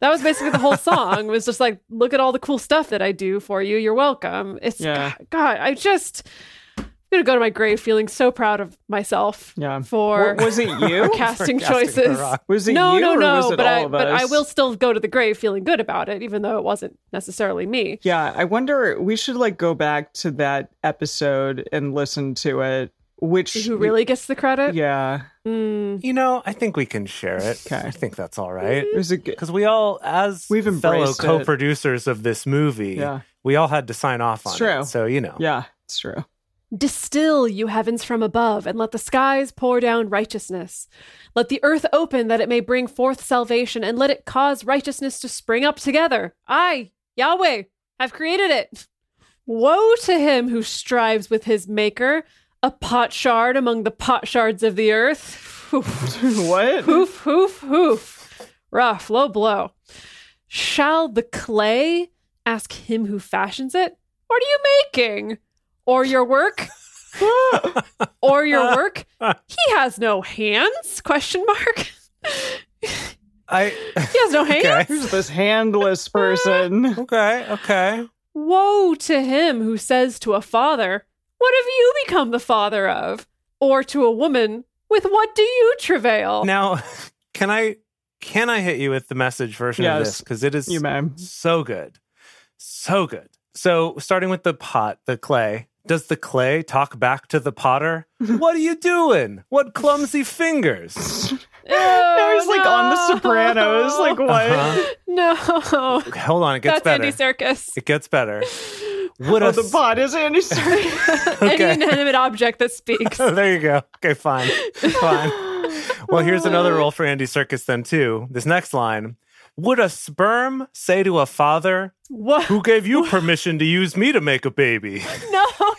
[SPEAKER 3] That was basically the whole song was just like look at all the cool stuff that I do for you. You're welcome. It's
[SPEAKER 2] Yeah.
[SPEAKER 3] God, I just going to go to my grave feeling so proud of myself
[SPEAKER 2] Yeah.
[SPEAKER 3] for
[SPEAKER 2] Um, was it you?
[SPEAKER 3] casting
[SPEAKER 4] casting
[SPEAKER 3] choices.
[SPEAKER 4] her off.
[SPEAKER 2] Was it
[SPEAKER 3] no,
[SPEAKER 2] you
[SPEAKER 3] no,
[SPEAKER 2] or
[SPEAKER 3] no.
[SPEAKER 2] was it
[SPEAKER 3] but
[SPEAKER 2] all
[SPEAKER 3] I,
[SPEAKER 2] of
[SPEAKER 3] but I
[SPEAKER 2] us?
[SPEAKER 3] will still go to the grave feeling good about it, even though it wasn't necessarily me.
[SPEAKER 2] Yeah, I wonder. We should like go back to that episode and listen to it. Which
[SPEAKER 3] Who really gets the credit?
[SPEAKER 2] Yeah,
[SPEAKER 3] Mm,
[SPEAKER 4] You know, I think we can share it.
[SPEAKER 2] Okay.
[SPEAKER 4] I think that's all right.
[SPEAKER 2] it was a good.
[SPEAKER 4] Because we all, as
[SPEAKER 2] We've
[SPEAKER 4] fellow
[SPEAKER 2] embraced it.
[SPEAKER 4] co-producers of this movie,
[SPEAKER 2] Yeah.
[SPEAKER 4] we all had to sign off on
[SPEAKER 2] It's true.
[SPEAKER 4] it. So you know,
[SPEAKER 2] Yeah, it's true.
[SPEAKER 3] Distill, you heavens from above, and let the skies pour down righteousness. Let the earth open that it may bring forth salvation, and let it cause righteousness to spring up together. I, Yahweh, have created it. Woe to him who strives with his maker, a potsherd among the potsherds of the earth. Oof.
[SPEAKER 2] what?
[SPEAKER 3] hoof, hoof, hoof. Rough, low blow. Shall the clay ask him who fashions it? What are you making? Or your work? or your work? He has no hands? Question mark.
[SPEAKER 4] I
[SPEAKER 3] He has no hands.
[SPEAKER 4] okay,
[SPEAKER 2] Who's this handless person?
[SPEAKER 4] okay, okay.
[SPEAKER 3] Woe to him who says to a father, "What have you become the father of?" Or to a woman, "With what do you travail?"
[SPEAKER 4] Now, can I can I hit you with the message version of
[SPEAKER 2] Yes.
[SPEAKER 4] this? Because it is
[SPEAKER 2] You may.
[SPEAKER 4] so good, so good. So starting with the pot, the clay. Does the clay talk back to the potter? what are you doing? What clumsy fingers?
[SPEAKER 3] Oh,
[SPEAKER 2] I was like on The Sopranos. Like what?
[SPEAKER 4] Uh-huh.
[SPEAKER 3] no.
[SPEAKER 4] Hold on, it gets
[SPEAKER 3] That's
[SPEAKER 4] better.
[SPEAKER 3] Andy Circus.
[SPEAKER 4] It gets better. Would
[SPEAKER 2] Oh,
[SPEAKER 4] a
[SPEAKER 2] the pot is Andy Serkis.
[SPEAKER 4] Okay.
[SPEAKER 3] Any inanimate object that speaks.
[SPEAKER 4] there you go. Okay, fine. Fine. Well, here's another role for Andy Circus then too. This next line. Would a sperm say to a father,
[SPEAKER 3] What?
[SPEAKER 4] Who gave you permission to use me to make a baby?
[SPEAKER 3] No,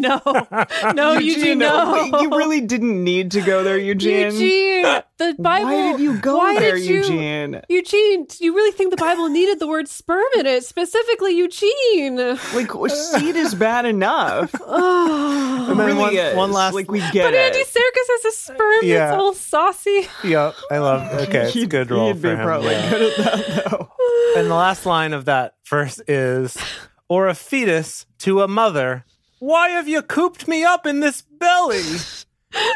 [SPEAKER 3] no. No, Eugene, no.
[SPEAKER 2] you really didn't need to go there, oh, Eugene.
[SPEAKER 3] Eugene, the Bible.
[SPEAKER 2] Why did you go
[SPEAKER 3] why
[SPEAKER 2] there,
[SPEAKER 3] did you-
[SPEAKER 2] Eugene?
[SPEAKER 3] Eugene, do you really think the Bible needed the word sperm in it? Specifically, Eugene.
[SPEAKER 2] Like seed is bad enough.
[SPEAKER 3] Oh.
[SPEAKER 4] And then
[SPEAKER 2] really
[SPEAKER 4] one-
[SPEAKER 2] is.
[SPEAKER 4] one last-
[SPEAKER 2] Like we get
[SPEAKER 3] But Andy
[SPEAKER 2] it.
[SPEAKER 3] Serkis has a sperm
[SPEAKER 4] Yeah.
[SPEAKER 3] that's all saucy.
[SPEAKER 4] Yep, I love Okay, it's a
[SPEAKER 2] He'd-
[SPEAKER 4] good role
[SPEAKER 2] He'd
[SPEAKER 4] for
[SPEAKER 2] be
[SPEAKER 4] him.
[SPEAKER 2] probably
[SPEAKER 4] yeah.
[SPEAKER 2] good at that though.
[SPEAKER 4] And the last line of that verse is Or a fetus to a mother, Why have you cooped me up in this belly? so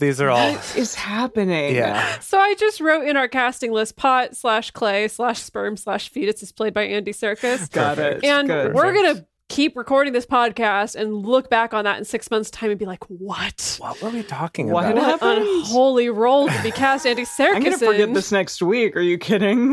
[SPEAKER 4] these are all
[SPEAKER 2] What is happening?
[SPEAKER 4] Yeah.
[SPEAKER 3] So I just wrote in our casting list pot slash clay slash sperm slash fetus is played by Andy Serkis.
[SPEAKER 2] Got
[SPEAKER 4] Perfect.
[SPEAKER 2] it.
[SPEAKER 3] And
[SPEAKER 2] Good.
[SPEAKER 3] we're going to keep recording this podcast and look back on that in six months' time and be like, what?
[SPEAKER 4] What were we talking
[SPEAKER 2] What
[SPEAKER 4] about?
[SPEAKER 2] happened?
[SPEAKER 3] What an unholy role to be cast Andy Serkis
[SPEAKER 2] I'm gonna forget
[SPEAKER 3] in.
[SPEAKER 2] this next week. Are you kidding?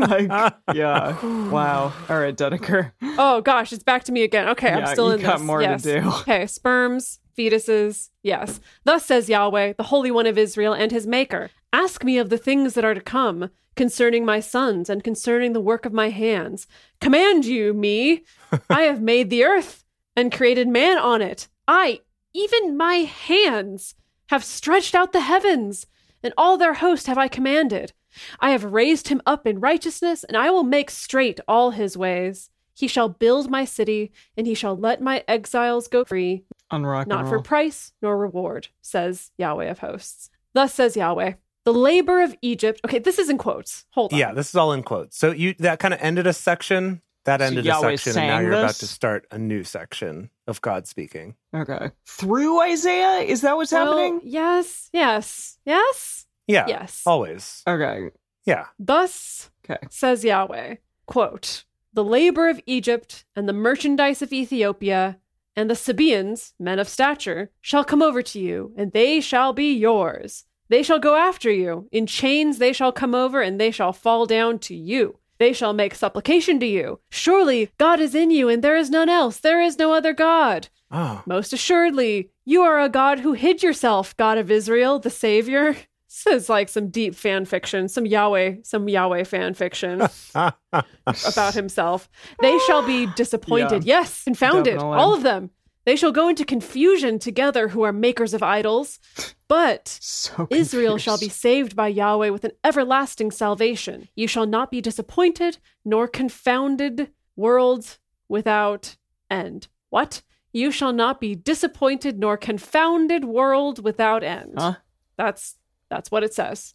[SPEAKER 2] Like, yeah. Wow. All right, Dedeker.
[SPEAKER 3] Oh, gosh, it's back to me again. Okay,
[SPEAKER 2] Yeah,
[SPEAKER 3] I'm still
[SPEAKER 2] you
[SPEAKER 3] in
[SPEAKER 2] got
[SPEAKER 3] this.
[SPEAKER 2] more to
[SPEAKER 3] Yes.
[SPEAKER 2] do.
[SPEAKER 3] Okay, sperms, fetuses, yes. Thus says Yahweh, the Holy One of Israel and his Maker Ask me of the things that are to come, concerning my sons and concerning the work of my hands. Command you, me. I have made the earth and created man on it. I, even my hands, have stretched out the heavens, and all their host have I commanded. I have raised him up in righteousness, and I will make straight all his ways. He shall build my city, and he shall let my exiles go free,
[SPEAKER 2] On rock
[SPEAKER 3] not
[SPEAKER 2] and
[SPEAKER 3] for
[SPEAKER 2] roll.
[SPEAKER 3] price nor reward, says Yahweh of hosts. Thus says Yahweh, the labor of Egypt. Okay, this is in quotes. Hold on.
[SPEAKER 4] Yeah, this is all in quotes. So you that kind of ended a section. That
[SPEAKER 2] So
[SPEAKER 4] ended a
[SPEAKER 2] Yahweh
[SPEAKER 4] section, and now
[SPEAKER 2] sang
[SPEAKER 4] you're about
[SPEAKER 2] this?
[SPEAKER 4] to start a new section of God speaking.
[SPEAKER 2] okay. Through Isaiah? Is that what's
[SPEAKER 3] Well,
[SPEAKER 2] happening?
[SPEAKER 3] Yes, yes, yes,
[SPEAKER 4] Yeah. Oh.
[SPEAKER 3] yes.
[SPEAKER 4] Always.
[SPEAKER 2] Okay.
[SPEAKER 4] Yeah.
[SPEAKER 3] Thus
[SPEAKER 2] Okay.
[SPEAKER 3] says Yahweh, quote, the labor of Egypt and the merchandise of Ethiopia and the Sabaeans, men of stature, shall come over to you, and they shall be yours. They shall go after you. In chains they shall come over, and they shall fall down to you. They shall make supplication to you. Surely God is in you, and there is none else. There is no other God.
[SPEAKER 4] Oh.
[SPEAKER 3] Most assuredly, you are a God who hid yourself, God of Israel, the Savior. This is like some deep fan fiction, some Yahweh, some Yahweh fan fiction
[SPEAKER 4] ah,
[SPEAKER 3] about himself. They shall be disappointed, yes, confounded,
[SPEAKER 2] Definitely.
[SPEAKER 3] all of them. They shall go into confusion together who are makers of idols. But
[SPEAKER 2] So
[SPEAKER 3] Israel shall be
[SPEAKER 2] confused.
[SPEAKER 3] saved by Yahweh with an everlasting salvation. You shall not be disappointed nor confounded, world without end. What? You shall not be disappointed nor confounded, world without end.
[SPEAKER 2] Huh?
[SPEAKER 3] That's that's what it says.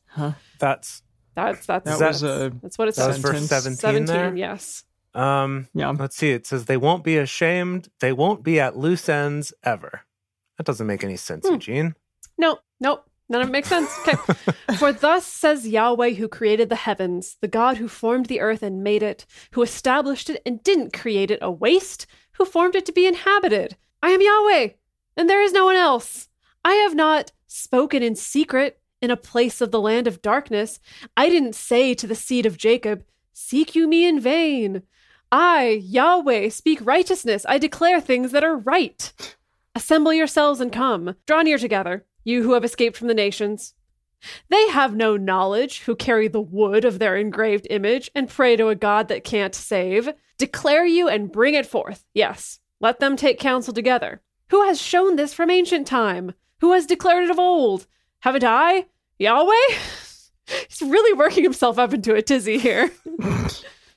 [SPEAKER 4] That's
[SPEAKER 3] That's that's
[SPEAKER 2] That
[SPEAKER 3] that's,
[SPEAKER 2] was a-
[SPEAKER 3] that's what it
[SPEAKER 4] that was
[SPEAKER 3] says.
[SPEAKER 4] verse
[SPEAKER 2] Sentence.
[SPEAKER 4] 17, there.
[SPEAKER 3] yes.
[SPEAKER 4] Um
[SPEAKER 2] Yeah.
[SPEAKER 4] let's see. It says they won't be ashamed, they won't be at loose ends ever. That doesn't make any sense, Eugene.
[SPEAKER 3] No, nope. None of it makes sense. Okay. For thus says Yahweh who created the heavens, the God who formed the earth and made it, who established it and didn't create it a waste, who formed it to be inhabited. I am Yahweh, and there is no one else. I have not spoken in secret in a place of the land of darkness. I didn't say to the seed of Jacob, Seek you me in vain. I, Yahweh, speak righteousness. I declare things that are right. Assemble yourselves and come. Draw near together, you who have escaped from the nations. They have no knowledge who carry the wood of their engraved image and pray to a God that can't save. Declare you and bring it forth. Yes, let them take counsel together. Who has shown this from ancient time? Who has declared it of old? Haven't I? Yahweh? He's really working himself up into a tizzy here.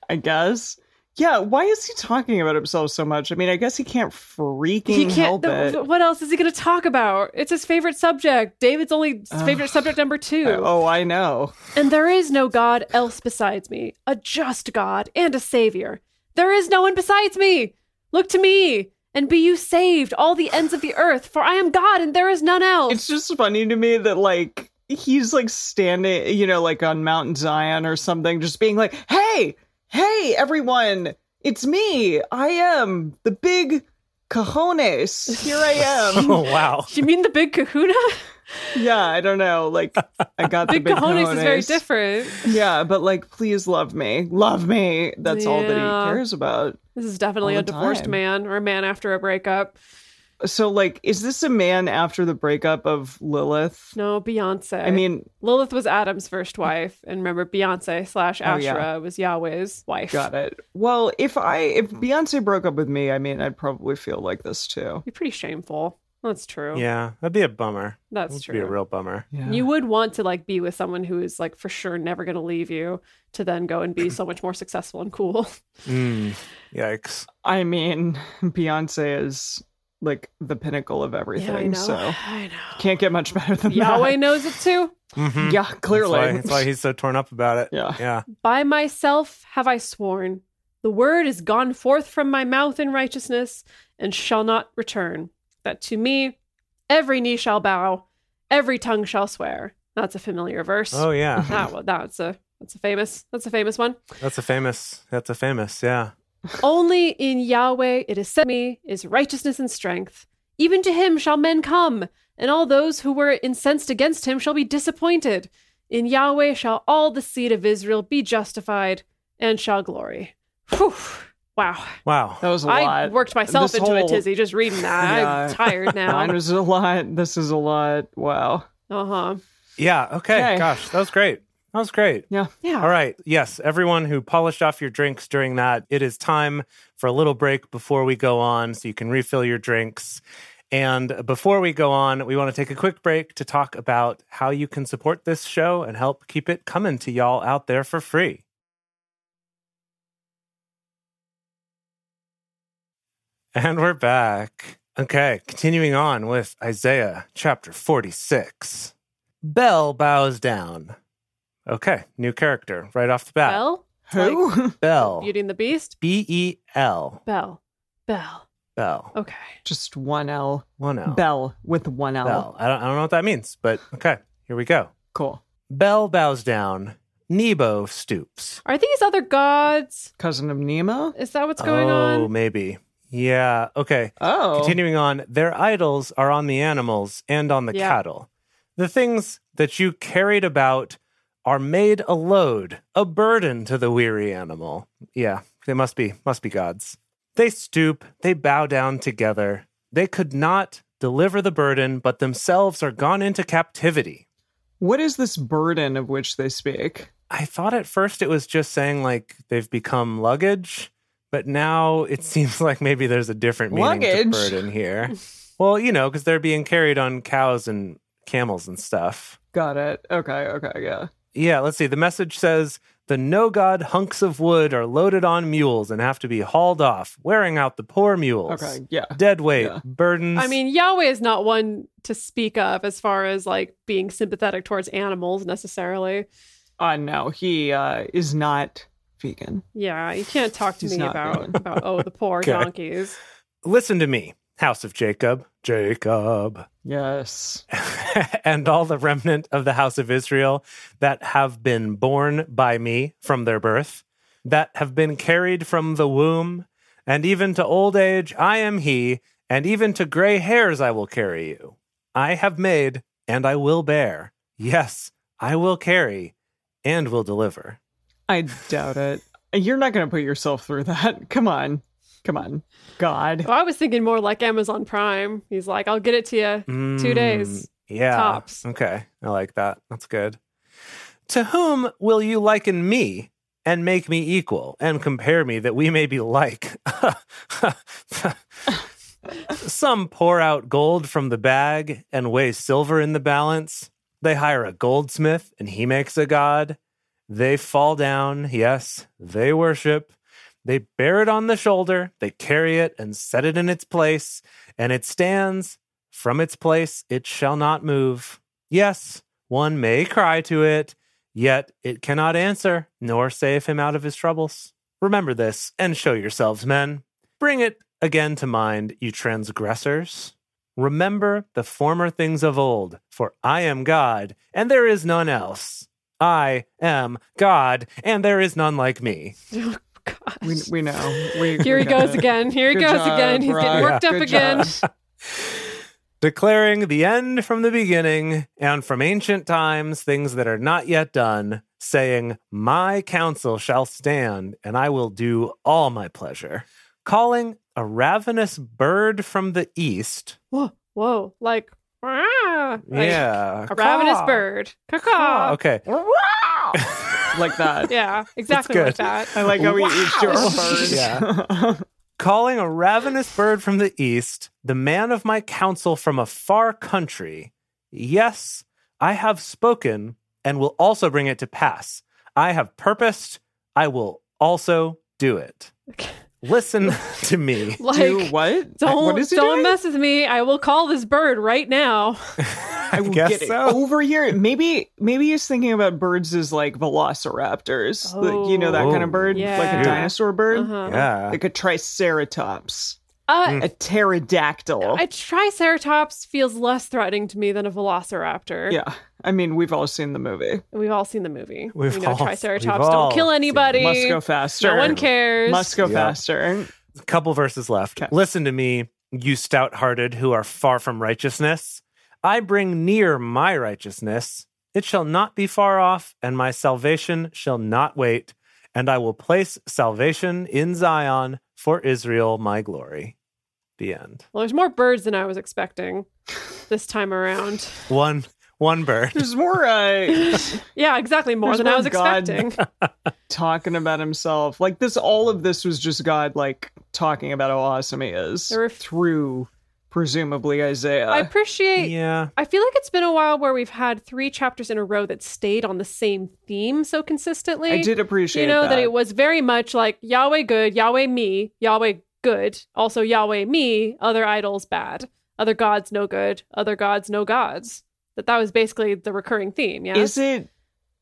[SPEAKER 2] I guess. Yeah, why is he talking about himself so much? I mean, I guess he can't freaking
[SPEAKER 3] He can't.
[SPEAKER 2] help
[SPEAKER 3] th-
[SPEAKER 2] it.
[SPEAKER 3] what else is he going to talk about? It's his favorite subject. David's only s- favorite subject number two.
[SPEAKER 2] oh, I know.
[SPEAKER 3] And there is no God else besides me, a just God and a Savior. There is no one besides me. Look to me and be you saved, all the ends of the earth, for I am God and there is none else.
[SPEAKER 2] It's just funny to me that like he's like standing, you know, like on Mount Zion or something, just being like, "Hey, hey, everyone, it's me. I am the big cojones. Here I am."
[SPEAKER 4] Oh wow.
[SPEAKER 3] you mean the big kahuna?
[SPEAKER 2] yeah, I don't know. Like, I got
[SPEAKER 3] Big,
[SPEAKER 2] the big
[SPEAKER 3] cojones,
[SPEAKER 2] cojones
[SPEAKER 3] is very different.
[SPEAKER 2] Yeah, but like, please love me, love me. That's all that he
[SPEAKER 3] Yeah.
[SPEAKER 2] cares about.
[SPEAKER 3] This is definitely
[SPEAKER 2] All
[SPEAKER 3] a
[SPEAKER 2] the
[SPEAKER 3] divorced
[SPEAKER 2] time.
[SPEAKER 3] man or a man after a breakup.
[SPEAKER 2] So, like, is this a man after the breakup of Lilith?
[SPEAKER 3] No, Beyonce.
[SPEAKER 2] I mean,
[SPEAKER 3] Lilith was Adam's first wife, and remember, Beyonce slash Asherah
[SPEAKER 2] Oh, yeah.
[SPEAKER 3] was Yahweh's wife.
[SPEAKER 2] got it. Well, if I if Beyonce broke up with me, I mean, I'd probably feel like this too.
[SPEAKER 3] Be pretty shameful. That's true.
[SPEAKER 4] Yeah, that'd be a bummer.
[SPEAKER 3] that's
[SPEAKER 4] That'd
[SPEAKER 3] true.
[SPEAKER 4] be a real bummer.
[SPEAKER 2] Yeah.
[SPEAKER 3] You would want to like be with someone who is like for sure never going to leave you to then go and be so much more successful and cool.
[SPEAKER 4] Mm, yikes.
[SPEAKER 2] I mean, Beyonce is like the pinnacle of everything. So
[SPEAKER 3] I know.
[SPEAKER 2] can't get much better than
[SPEAKER 3] Yahweh knows it too.
[SPEAKER 4] Mhm.
[SPEAKER 2] that. Yeah, clearly.
[SPEAKER 4] That's why, that's why he's so torn up about it.
[SPEAKER 2] Yeah.
[SPEAKER 4] Yeah.
[SPEAKER 3] By myself have I sworn, the word is gone forth from my mouth in righteousness and shall not return. That to me every knee shall bow, every tongue shall swear. That's a familiar verse.
[SPEAKER 4] Oh yeah.
[SPEAKER 3] That one- that's a that's a famous that's a famous one.
[SPEAKER 4] That's a famous. That's a famous. Yeah.
[SPEAKER 3] Only in Yahweh it is said to me is righteousness and strength. Even to him shall men come, and all those who were incensed against him shall be disappointed. In Yahweh shall all the seed of Israel be justified and shall glory. Whew. Wow.
[SPEAKER 4] Wow.
[SPEAKER 2] that was a
[SPEAKER 3] I
[SPEAKER 2] lot.
[SPEAKER 3] worked myself
[SPEAKER 2] This
[SPEAKER 3] into a
[SPEAKER 2] whole-
[SPEAKER 3] tizzy just reading that. I'm
[SPEAKER 2] Yeah. Mine
[SPEAKER 3] tired now.
[SPEAKER 2] was a lot. This is a lot. Wow.
[SPEAKER 3] Uh huh.
[SPEAKER 4] Yeah. Okay.
[SPEAKER 2] Okay.
[SPEAKER 4] Gosh, that was great. That was great.
[SPEAKER 2] Yeah.
[SPEAKER 3] Yeah.
[SPEAKER 4] All right. Yes. Everyone who polished off your drinks during that, it is time for a little break before we go on so you can refill your drinks. And before we go on, we want to take a quick break to talk about how you can support this show and help keep it coming to y'all out there for free. And we're back. Okay, continuing on with Isaiah chapter 46. Bell bows down. Okay, new character right off the bat.
[SPEAKER 3] Bell?
[SPEAKER 2] Who?
[SPEAKER 4] Bell.
[SPEAKER 3] Beauty and the Beast?
[SPEAKER 4] B E L.
[SPEAKER 3] Bell. Bell.
[SPEAKER 4] Bell.
[SPEAKER 3] Okay.
[SPEAKER 2] Just one L.
[SPEAKER 4] One
[SPEAKER 3] Oh.
[SPEAKER 4] L.
[SPEAKER 2] Bell with one L.
[SPEAKER 4] Bell. I don't, I don't know what that means, but okay, here we go.
[SPEAKER 2] Cool.
[SPEAKER 4] Bell bows down. Nebo stoops.
[SPEAKER 3] Are these other gods?
[SPEAKER 2] Cousin of Nemo.
[SPEAKER 3] Is that what's going
[SPEAKER 4] oh,
[SPEAKER 3] on?
[SPEAKER 4] maybe. Yeah, okay.
[SPEAKER 2] Oh.
[SPEAKER 4] Continuing on, their idols are on the animals and on the
[SPEAKER 3] Yeah.
[SPEAKER 4] cattle. The things that you carried about are made a load, a burden to the weary animal. Yeah, they must be must be gods. They stoop, they bow down together. They could not deliver the burden, but themselves are gone into captivity.
[SPEAKER 2] What is this burden of which they speak?
[SPEAKER 4] I thought at first it was just saying like they've become luggage, but now it seems like maybe there's a different meaning
[SPEAKER 2] Hmm. Luggage?
[SPEAKER 4] to burden here. Well, you know, because they're being carried on cows and camels and stuff.
[SPEAKER 2] Got it. Okay. Okay. Yeah.
[SPEAKER 4] Yeah, let's see. The message says the no god hunks of wood are loaded on mules and have to be hauled off, wearing out the poor mules.
[SPEAKER 2] Okay. Yeah.
[SPEAKER 4] Dead weight,
[SPEAKER 2] Yeah.
[SPEAKER 4] burdens.
[SPEAKER 3] I mean, Yahweh is not one to speak of as far as like being sympathetic towards animals necessarily.
[SPEAKER 2] Uh, no, he uh, is not vegan.
[SPEAKER 3] Yeah, you can't talk to
[SPEAKER 2] He's
[SPEAKER 3] me
[SPEAKER 2] not
[SPEAKER 3] about
[SPEAKER 2] vegan.
[SPEAKER 3] about oh the poor
[SPEAKER 4] Okay.
[SPEAKER 3] donkeys.
[SPEAKER 4] listen to me. house of Jacob, Jacob,
[SPEAKER 2] Yes.
[SPEAKER 4] and all the remnant of the house of Israel that have been born by me from their birth, that have been carried from the womb, and even to old age I am he, and even to gray hairs I will carry you. I have made, and I will bear. Yes, I will carry, and will deliver.
[SPEAKER 2] I doubt it. You're not going to put yourself through that. Come on. Come on. God.
[SPEAKER 3] Well, I was thinking more like Amazon Prime. He's like, I'll get it to you two
[SPEAKER 4] Mm,
[SPEAKER 3] days.
[SPEAKER 4] Yeah.
[SPEAKER 3] tops.
[SPEAKER 4] Okay. I like that. That's good. To whom will you liken me and make me equal and compare me that we may be like? Some pour out gold from the bag and weigh silver in the balance. They hire a goldsmith and he makes a god. They fall down. Yes, they worship. They bear it on the shoulder. They carry it and set it in its place. And it stands from its place it shall not move. Yes, one may cry to it, yet it cannot answer, nor save him out of his troubles. Remember this, and show yourselves, men. Bring it again to mind, you transgressors. Remember the former things of old, for I am God, and there is none else. I am God, and there is none like me.
[SPEAKER 3] Oh, gosh.
[SPEAKER 2] We, we know. We,
[SPEAKER 3] Here
[SPEAKER 2] we
[SPEAKER 3] he goes
[SPEAKER 2] got it.
[SPEAKER 3] again. Here he
[SPEAKER 2] Good
[SPEAKER 3] goes
[SPEAKER 2] job,
[SPEAKER 3] again. He's
[SPEAKER 2] Ryan.
[SPEAKER 3] getting worked up
[SPEAKER 2] Good
[SPEAKER 3] again.
[SPEAKER 2] job.
[SPEAKER 4] declaring the end from the beginning and from ancient times things that are not yet done, saying, My counsel shall stand, and I will do all my pleasure. Calling a ravenous bird from the east.
[SPEAKER 3] Whoa, whoa, like, ah, like
[SPEAKER 4] yeah.
[SPEAKER 3] a ravenous
[SPEAKER 4] Caw.
[SPEAKER 3] bird.
[SPEAKER 4] Caw.
[SPEAKER 3] Caw.
[SPEAKER 4] Okay.
[SPEAKER 2] like that.
[SPEAKER 3] Yeah, exactly
[SPEAKER 4] good.
[SPEAKER 3] like that.
[SPEAKER 2] I like how we each do our
[SPEAKER 3] Wow.
[SPEAKER 2] first.
[SPEAKER 4] Calling a ravenous bird from the east, the man of my counsel from a far country. Yes, I have spoken and will also bring it to pass. I have purposed, I will also do it. Listen to me.
[SPEAKER 2] do
[SPEAKER 3] Like,
[SPEAKER 2] what?
[SPEAKER 3] don't
[SPEAKER 2] what is he
[SPEAKER 3] don't
[SPEAKER 2] doing?
[SPEAKER 3] mess with me. I will call this bird right now.
[SPEAKER 4] I
[SPEAKER 2] I will
[SPEAKER 4] guess
[SPEAKER 2] get it
[SPEAKER 4] so.
[SPEAKER 2] over here. Maybe maybe he's thinking about birds as like velociraptors. Like, you know that kind
[SPEAKER 4] Oh.
[SPEAKER 2] of bird, like
[SPEAKER 3] Yeah.
[SPEAKER 2] a dinosaur bird,
[SPEAKER 3] Uh-huh.
[SPEAKER 4] Yeah.
[SPEAKER 2] like a triceratops,
[SPEAKER 4] Mm.
[SPEAKER 3] Uh,
[SPEAKER 2] a pterodactyl.
[SPEAKER 3] a triceratops feels less threatening to me than a velociraptor.
[SPEAKER 2] yeah, I mean we've all seen the movie.
[SPEAKER 3] We've all seen the movie.
[SPEAKER 4] We've
[SPEAKER 3] we know
[SPEAKER 4] all-
[SPEAKER 3] triceratops
[SPEAKER 4] we've all
[SPEAKER 3] don't kill
[SPEAKER 4] seen it.
[SPEAKER 3] anybody.
[SPEAKER 2] Must go faster.
[SPEAKER 3] No one cares.
[SPEAKER 2] Must go
[SPEAKER 4] Yeah.
[SPEAKER 2] faster.
[SPEAKER 4] couple verses left.
[SPEAKER 2] Okay.
[SPEAKER 4] Listen to me, you stout hearted who are far from righteousness. I bring near my righteousness. It shall not be far off, and my salvation shall not wait. And I will place salvation in Zion for Israel, my glory. The end.
[SPEAKER 3] Well, there's more birds than I was expecting this time around.
[SPEAKER 4] One one bird.
[SPEAKER 2] There's more uh,
[SPEAKER 3] Yeah, exactly. More
[SPEAKER 2] There's
[SPEAKER 3] than I
[SPEAKER 2] more
[SPEAKER 3] was
[SPEAKER 2] God.
[SPEAKER 3] expecting.
[SPEAKER 2] talking about himself. Like this, all of this was just God like talking about how awesome he is
[SPEAKER 3] There were-
[SPEAKER 2] through presumably Isaiah.
[SPEAKER 3] I appreciate.
[SPEAKER 4] Yeah.
[SPEAKER 3] I feel like it's been a while where we've had three chapters in a row that stayed on the same theme so consistently.
[SPEAKER 2] I did appreciate
[SPEAKER 3] You know
[SPEAKER 2] that.
[SPEAKER 3] that. it was very much like Yahweh good, Yahweh me, Yahweh good, also Yahweh me, other idols bad, other gods no good, other gods no gods. That that was basically the recurring theme. Yeah.
[SPEAKER 2] Is it?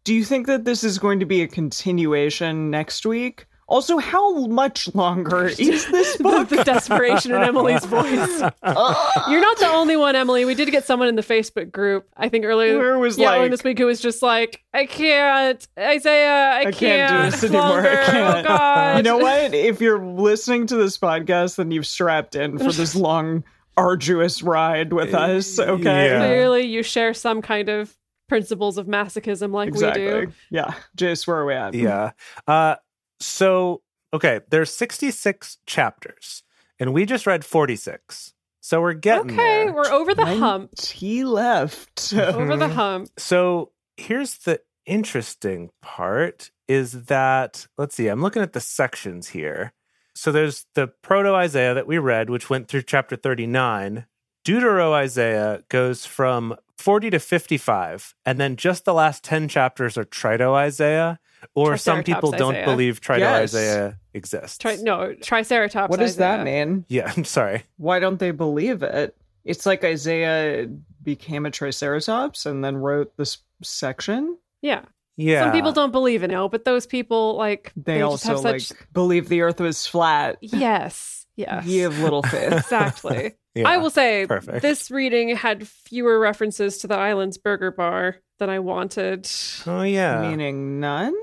[SPEAKER 2] Do you think that this is going to be a continuation next week? Also, how much longer is this
[SPEAKER 3] the,
[SPEAKER 2] book?
[SPEAKER 3] the desperation in Emily's voice. You're not the only one, Emily. We did get someone in the Facebook group, I think earlier
[SPEAKER 2] Where was
[SPEAKER 3] yeah, earlier
[SPEAKER 2] like-
[SPEAKER 3] this week, who was just like, I can't, Isaiah, I,
[SPEAKER 2] I can't do this anymore.
[SPEAKER 3] longer.
[SPEAKER 2] I can't.
[SPEAKER 3] Oh, God.
[SPEAKER 2] You know what? If you're listening to this podcast, then you've strapped in for this long, arduous ride with us. Okay.
[SPEAKER 4] Yeah.
[SPEAKER 3] Clearly, you share some kind of principles of masochism like we do.
[SPEAKER 2] Exactly. Yeah. Jace, where are we at?
[SPEAKER 4] Yeah. Uh, so, okay, there's 66 chapters, and we just read 46. So we're getting
[SPEAKER 3] Okay,
[SPEAKER 4] there.
[SPEAKER 3] we're over the hump.
[SPEAKER 2] He left.
[SPEAKER 3] Over
[SPEAKER 4] Uh-huh.
[SPEAKER 3] the hump.
[SPEAKER 4] So here's the interesting part is that let's see, I'm looking at the sections here. So there's the proto Isaiah that we read, which went through chapter 39. Deutero Isaiah goes from 40 to 55, and then just the last 10 chapters are Trito Isaiah, or some
[SPEAKER 3] Triceratops
[SPEAKER 4] people don't
[SPEAKER 3] Isaiah.
[SPEAKER 4] believe Trito
[SPEAKER 2] Yes.
[SPEAKER 4] Isaiah exists.
[SPEAKER 3] Tri- no, Triceratops.
[SPEAKER 2] what does
[SPEAKER 3] Isaiah.
[SPEAKER 2] that mean?
[SPEAKER 4] yeah, I'm sorry.
[SPEAKER 2] why don't they believe it? It's like Isaiah became a triceratops and then wrote this section.
[SPEAKER 3] Yeah.
[SPEAKER 4] Yeah.
[SPEAKER 3] Some people don't believe in it, but those people, like,
[SPEAKER 2] They,
[SPEAKER 3] just
[SPEAKER 2] also
[SPEAKER 3] have such.
[SPEAKER 2] like believe the earth was flat.
[SPEAKER 3] Yes. Yes.
[SPEAKER 2] Ye of little faith.
[SPEAKER 3] Exactly.
[SPEAKER 4] Yeah.
[SPEAKER 3] I will say
[SPEAKER 4] perfect.
[SPEAKER 3] this reading had fewer references to the island's burger bar than I wanted.
[SPEAKER 4] Oh yeah.
[SPEAKER 2] Meaning none?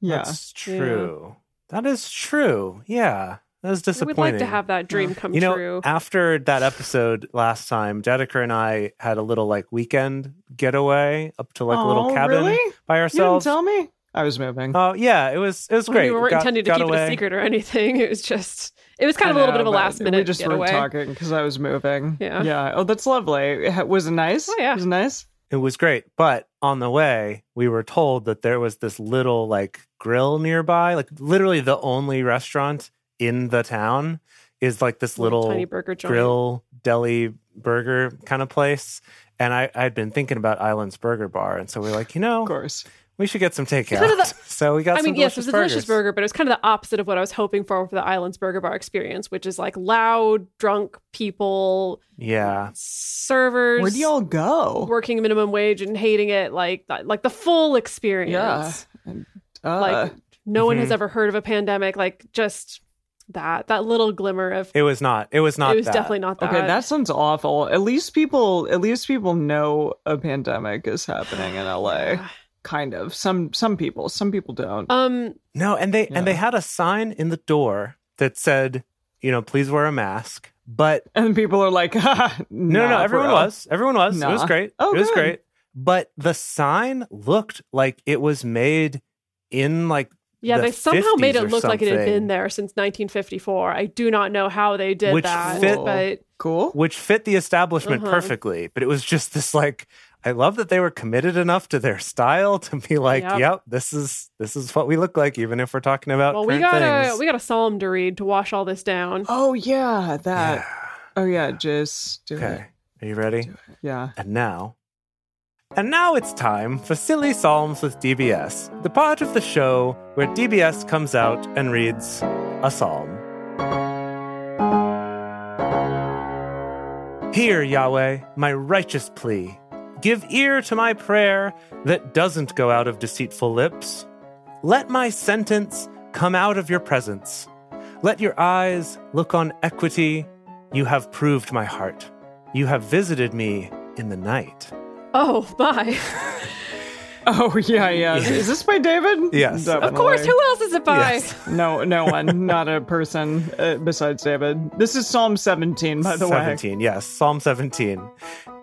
[SPEAKER 2] Yeah.
[SPEAKER 4] That's true. That is true. Yeah. That is
[SPEAKER 3] I would
[SPEAKER 4] disappointing.
[SPEAKER 3] like to have that dream come
[SPEAKER 4] you know,
[SPEAKER 3] true.
[SPEAKER 4] after that episode last time, Dedeker and I had a little like weekend getaway up to like a little
[SPEAKER 2] Oh,
[SPEAKER 4] cabin
[SPEAKER 2] Really?
[SPEAKER 4] by
[SPEAKER 2] You didn't
[SPEAKER 4] ourselves.
[SPEAKER 2] tell me? I was moving.
[SPEAKER 4] Oh yeah, it was it was great.
[SPEAKER 3] We weren't
[SPEAKER 4] Got-
[SPEAKER 3] intending to
[SPEAKER 4] got
[SPEAKER 3] keep it
[SPEAKER 4] away.
[SPEAKER 3] a secret or anything. It was just it was kind of a
[SPEAKER 2] I
[SPEAKER 3] little
[SPEAKER 2] know,
[SPEAKER 3] bit of a
[SPEAKER 2] but
[SPEAKER 3] last minute
[SPEAKER 2] We just
[SPEAKER 3] getaway.
[SPEAKER 2] were talking because I was moving.
[SPEAKER 3] Yeah.
[SPEAKER 2] Yeah. Oh, that's lovely. Ha- Was it nice?
[SPEAKER 3] Oh, yeah.
[SPEAKER 2] Was it nice?
[SPEAKER 4] It was great, but on the way, we were told that there was this little like grill nearby, like literally the only restaurant in the town is like this little
[SPEAKER 3] tiny burger joint.
[SPEAKER 4] grill deli burger kind of place. And I I'd been thinking about Islands Burger Bar, and so we are like, you
[SPEAKER 2] Of
[SPEAKER 4] know,
[SPEAKER 2] course.
[SPEAKER 4] we should get some takeout.
[SPEAKER 3] kind of the-
[SPEAKER 4] so we got.
[SPEAKER 3] I
[SPEAKER 4] some
[SPEAKER 3] mean, yes, it
[SPEAKER 4] delicious
[SPEAKER 3] was a delicious
[SPEAKER 4] burgers.
[SPEAKER 3] burger, but it was kind of the opposite of what I was hoping for for the Islands Burger Bar experience, which is like loud, drunk people,
[SPEAKER 4] Yeah,
[SPEAKER 3] servers,
[SPEAKER 2] Where'd y'all go?
[SPEAKER 3] working minimum wage and hating it, like th- like the full experience.
[SPEAKER 2] Yeah. And, uh,
[SPEAKER 3] Like no one has
[SPEAKER 4] mhm.
[SPEAKER 3] ever heard of a pandemic, like just that that little glimmer of
[SPEAKER 4] it was not. It was not.
[SPEAKER 3] it was
[SPEAKER 4] that.
[SPEAKER 3] definitely not that.
[SPEAKER 2] okay, that sounds awful. At least people, at least people know a pandemic is happening in LA. Kind of. Some some people. Some people don't.
[SPEAKER 3] um
[SPEAKER 4] No, and they
[SPEAKER 2] Yeah.
[SPEAKER 4] and they had a sign in the door that said, you know, please wear a mask. But
[SPEAKER 2] and people are like, ha,
[SPEAKER 4] No, no,
[SPEAKER 2] nah,
[SPEAKER 4] no. Everyone
[SPEAKER 2] bro.
[SPEAKER 4] was. Everyone was. It was
[SPEAKER 2] Nah.
[SPEAKER 4] great.
[SPEAKER 2] Oh,
[SPEAKER 4] it was
[SPEAKER 2] good.
[SPEAKER 4] great. But the sign looked like it was made in like
[SPEAKER 3] yeah,
[SPEAKER 4] the
[SPEAKER 3] they somehow made
[SPEAKER 4] 50s
[SPEAKER 3] it
[SPEAKER 4] or
[SPEAKER 3] look like it had been
[SPEAKER 4] something,
[SPEAKER 3] there since 1954. I do not know how they did
[SPEAKER 4] Which
[SPEAKER 3] that,
[SPEAKER 4] fit-
[SPEAKER 3] but
[SPEAKER 2] Cool.
[SPEAKER 4] which fit the establishment
[SPEAKER 3] Uh-huh.
[SPEAKER 4] perfectly. But it was just this like I love that they were committed enough to their style to be like,
[SPEAKER 3] Yep.
[SPEAKER 4] yep, this is this is what we look like, even if we're talking about
[SPEAKER 3] well, we
[SPEAKER 4] current
[SPEAKER 3] got a
[SPEAKER 4] things.
[SPEAKER 3] we got a psalm to read to wash all this down.
[SPEAKER 2] Oh yeah, that.
[SPEAKER 4] Yeah.
[SPEAKER 2] Oh yeah, just do
[SPEAKER 4] Okay. Are you ready?
[SPEAKER 2] it. Yeah.
[SPEAKER 4] And now. And now it's time for Silly Psalms with DBS, the part of the show where DBS comes out and reads a psalm. Hear, Yahweh, my righteous plea. Give ear to my prayer that doesn't go out of deceitful lips. Let my sentence come out of your presence. Let your eyes look on equity. You have proved my heart. You have visited me in the night.
[SPEAKER 3] Oh my!
[SPEAKER 2] Oh yeah, yeah. Is this by David?
[SPEAKER 4] Yes.
[SPEAKER 2] Definitely.
[SPEAKER 3] Of course, who else is it by?
[SPEAKER 4] Yes.
[SPEAKER 2] No, no one, not a person uh, besides David. This is Psalm 17, by the way.
[SPEAKER 4] 17, yes, Psalm 17.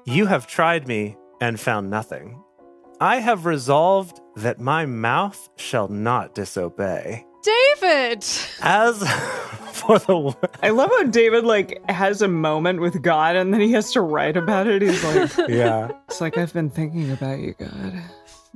[SPEAKER 4] You have tried me and found nothing. I have resolved that my mouth shall not disobey.
[SPEAKER 3] David.
[SPEAKER 4] As for the wo-
[SPEAKER 2] I love how David like has a moment with God and then he has to write about it. He's like,
[SPEAKER 4] yeah,
[SPEAKER 2] it's like I've been thinking about you, God.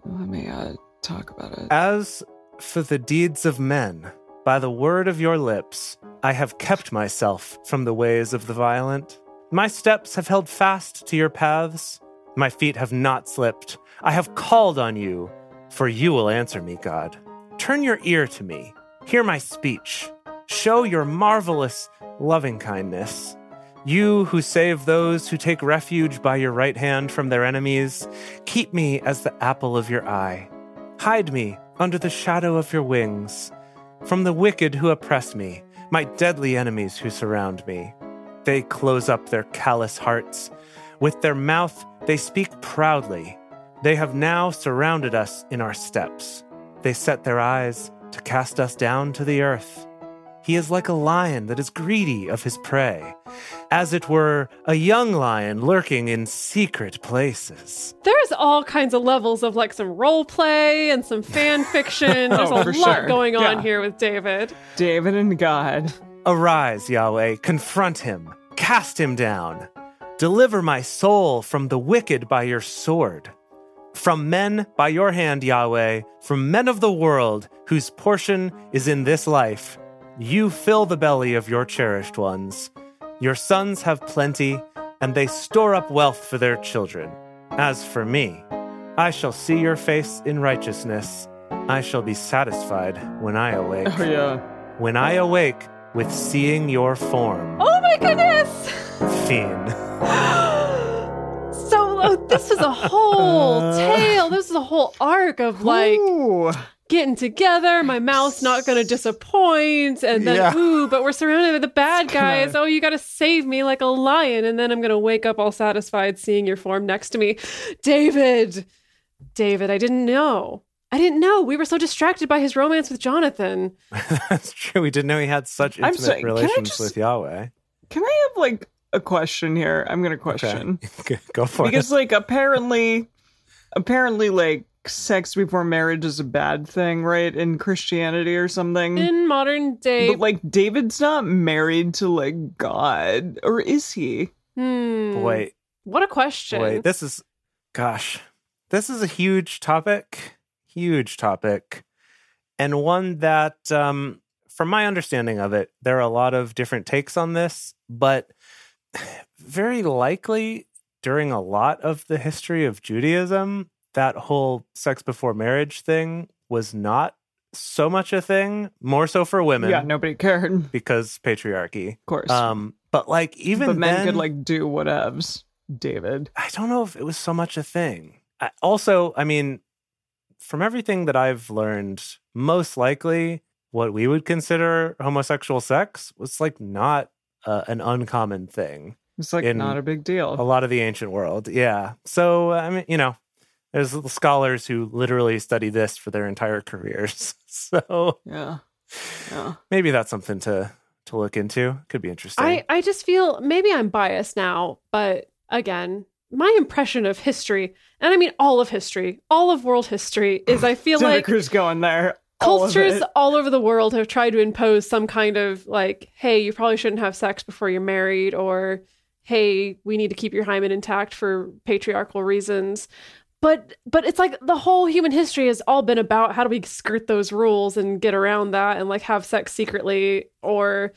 [SPEAKER 2] Let me uh, talk about it.
[SPEAKER 4] as for the deeds of men, by the word of your lips, I have kept myself from the ways of the violent. My steps have held fast to your paths. My feet have not slipped. I have called on you, for you will answer me, God. Turn your ear to me. Hear my speech. Show your marvelous loving kindness. You who save those who take refuge by your right hand from their enemies, keep me as the apple of your eye. Hide me under the shadow of your wings from the wicked who oppress me, my deadly enemies who surround me. They close up their callous hearts. With their mouth, they speak proudly. They have now surrounded us in our steps. They set their eyes to cast us down to the earth. He is like a lion that is greedy of his prey, as it were, a young lion lurking in secret places.
[SPEAKER 3] There's all kinds of levels of like some role play and some fan fiction. There's
[SPEAKER 2] Oh,
[SPEAKER 3] a
[SPEAKER 2] for
[SPEAKER 3] lot
[SPEAKER 2] sure.
[SPEAKER 3] going on
[SPEAKER 2] Yeah.
[SPEAKER 3] here with David.
[SPEAKER 2] David and God.
[SPEAKER 4] Arise, Yahweh, confront him, cast him down. Deliver my soul from the wicked by your sword, from men by your hand, Yahweh, from men of the world whose portion is in this life. You fill the belly of your cherished ones. Your sons have plenty, and they store up wealth for their children. As for me, I shall see your face in righteousness. I shall be satisfied when I awake
[SPEAKER 2] Oh yeah.
[SPEAKER 4] when I awake with seeing your form,
[SPEAKER 3] Oh my goodness!
[SPEAKER 2] Oh.
[SPEAKER 4] fiend.
[SPEAKER 3] So uh, this is a whole tale. This is a whole arc of like
[SPEAKER 2] Ooh.
[SPEAKER 3] getting together. My mouth's not going to disappoint. And then,
[SPEAKER 5] Yeah.
[SPEAKER 3] ooh, but we're surrounded by the bad
[SPEAKER 2] gonna-
[SPEAKER 3] guys. Oh, you got to save me like a lion. And then I'm going to wake up all satisfied seeing your form next to me. David, David, I didn't know. I didn't know. We were so distracted by his romance with Jonathan.
[SPEAKER 4] That's true. We didn't know he had such
[SPEAKER 2] I'm
[SPEAKER 4] intimate
[SPEAKER 2] sorry, can I
[SPEAKER 4] relations
[SPEAKER 2] just-
[SPEAKER 4] with Yahweh.
[SPEAKER 2] Can I have like a question here? I'm gonna question
[SPEAKER 4] Okay. Go for
[SPEAKER 2] because like apparently, apparently like sex before marriage is a bad thing, right? In Christianity or
[SPEAKER 4] Mm.
[SPEAKER 2] something.
[SPEAKER 3] In modern day,
[SPEAKER 2] but like David's not married to like God, or is he?
[SPEAKER 4] it.
[SPEAKER 3] hmm,
[SPEAKER 4] Wait,
[SPEAKER 3] what a question.
[SPEAKER 4] wait. This is, gosh, this is a huge topic, huge topic, and one that, um, from my understanding of it, there are a lot of different takes on this, but very likely during a lot of the history of Judaism, that whole sex before marriage thing was not so much a thing, more so for women.
[SPEAKER 2] Yeah, nobody cared. Of
[SPEAKER 4] because patriarchy.
[SPEAKER 2] course.
[SPEAKER 4] Um, but like even
[SPEAKER 2] but men
[SPEAKER 4] then,
[SPEAKER 2] could like do whatevs. David.
[SPEAKER 4] I don't know if it was so much a thing. I, also, I mean, from everything that I've learned, most likely what we would consider homosexual sex was like not uh, an uncommon thing.
[SPEAKER 2] It's like
[SPEAKER 4] In-
[SPEAKER 2] not a big deal.
[SPEAKER 4] A lot of the ancient world, yeah. So I mean, you know, there's scholars who literally study this for their entire careers. So
[SPEAKER 2] yeah. Yeah.
[SPEAKER 4] maybe that's something to to look into. Could be interesting.
[SPEAKER 3] I, I just feel maybe I'm biased now, but again, my impression of history, and I mean all of history, all of world history, is I feel like
[SPEAKER 2] Dedeker's going there. All of
[SPEAKER 3] cultures
[SPEAKER 2] it.
[SPEAKER 3] all over the world have tried to impose some kind of like, hey, you probably shouldn't have sex before you're married, or hey, we need to keep your hymen intact for patriarchal reasons. But but it's like the whole human history has all been about how do we skirt those rules and get around that and like have sex secretly or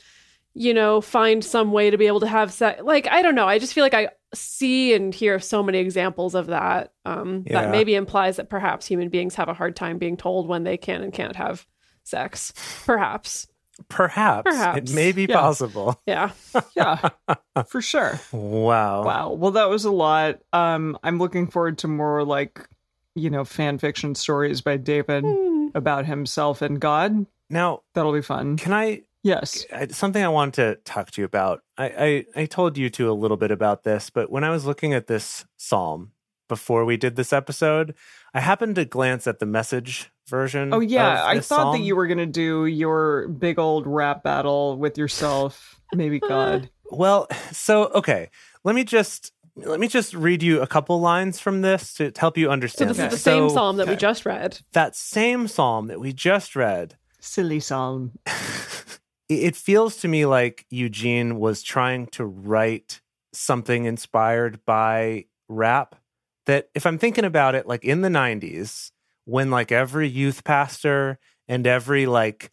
[SPEAKER 3] you know, find some way to be able to have sex. Like, I don't know. I just feel like I see and hear of so many examples of that. Um,
[SPEAKER 4] Yeah.
[SPEAKER 3] That maybe implies that perhaps human beings have a hard time being told when they can and can't have sex. Perhaps.
[SPEAKER 4] Perhaps.
[SPEAKER 3] Perhaps.
[SPEAKER 4] It may be
[SPEAKER 2] Yeah.
[SPEAKER 4] possible.
[SPEAKER 3] Yeah.
[SPEAKER 2] Yeah. For sure.
[SPEAKER 4] Wow.
[SPEAKER 2] Wow. Well, that was a lot. Um, I'm looking forward to more like, you know, fan fiction stories by David about himself and God.
[SPEAKER 4] Now,
[SPEAKER 2] That'll be fun.
[SPEAKER 4] can I
[SPEAKER 2] Yes.
[SPEAKER 4] I- something I wanted to talk to you about. I, I I told you two a little bit about this, but when I was looking at this psalm before we did this episode, I happened to glance at the message version.
[SPEAKER 2] Oh yeah,
[SPEAKER 4] of
[SPEAKER 2] I
[SPEAKER 4] this
[SPEAKER 2] thought that
[SPEAKER 4] psalm.
[SPEAKER 2] you were gonna do your big old rap battle with yourself, maybe God.
[SPEAKER 4] Well, so okay, let me just let me just read you a couple lines from this to help you
[SPEAKER 3] So
[SPEAKER 4] understand.
[SPEAKER 3] this is the
[SPEAKER 4] this.
[SPEAKER 3] same
[SPEAKER 4] So
[SPEAKER 3] psalm that we just read.
[SPEAKER 4] That same psalm that we just read
[SPEAKER 2] Silly psalm.
[SPEAKER 4] it- it feels to me like Eugene was trying to write something inspired by rap. That if I'm thinking about it, like in the 90s, when like every youth pastor and every like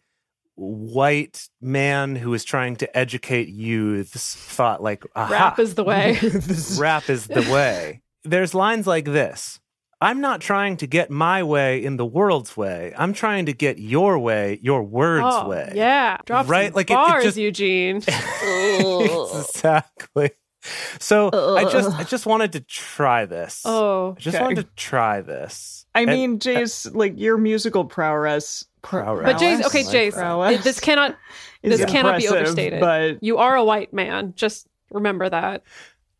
[SPEAKER 4] white man who was trying to educate youths thought like Aha,
[SPEAKER 3] Rap is the way.
[SPEAKER 4] rap is the way. There's lines like this. I'm not trying to get my way in the world's way. I'm trying to get your way, your words
[SPEAKER 3] Oh,
[SPEAKER 4] way.
[SPEAKER 3] yeah. Drop
[SPEAKER 4] Right?
[SPEAKER 3] some
[SPEAKER 4] Like, it- it
[SPEAKER 3] bars,
[SPEAKER 4] just-
[SPEAKER 3] Eugene.
[SPEAKER 4] exactly. So I just I just wanted to try this.
[SPEAKER 3] oh.
[SPEAKER 4] I just
[SPEAKER 2] okay.
[SPEAKER 4] wanted to try this.
[SPEAKER 2] I
[SPEAKER 4] And- uh,
[SPEAKER 2] mean, Jace, like your musical prowess. pr-
[SPEAKER 4] Prowess.
[SPEAKER 3] But Jace,
[SPEAKER 4] Prowess?
[SPEAKER 3] okay,
[SPEAKER 4] Like
[SPEAKER 3] Jace,
[SPEAKER 2] prowess.
[SPEAKER 3] this cannot
[SPEAKER 2] is
[SPEAKER 3] this cannot be
[SPEAKER 2] impressive,
[SPEAKER 3] overstated.
[SPEAKER 2] But
[SPEAKER 3] you are a white man. Just remember that.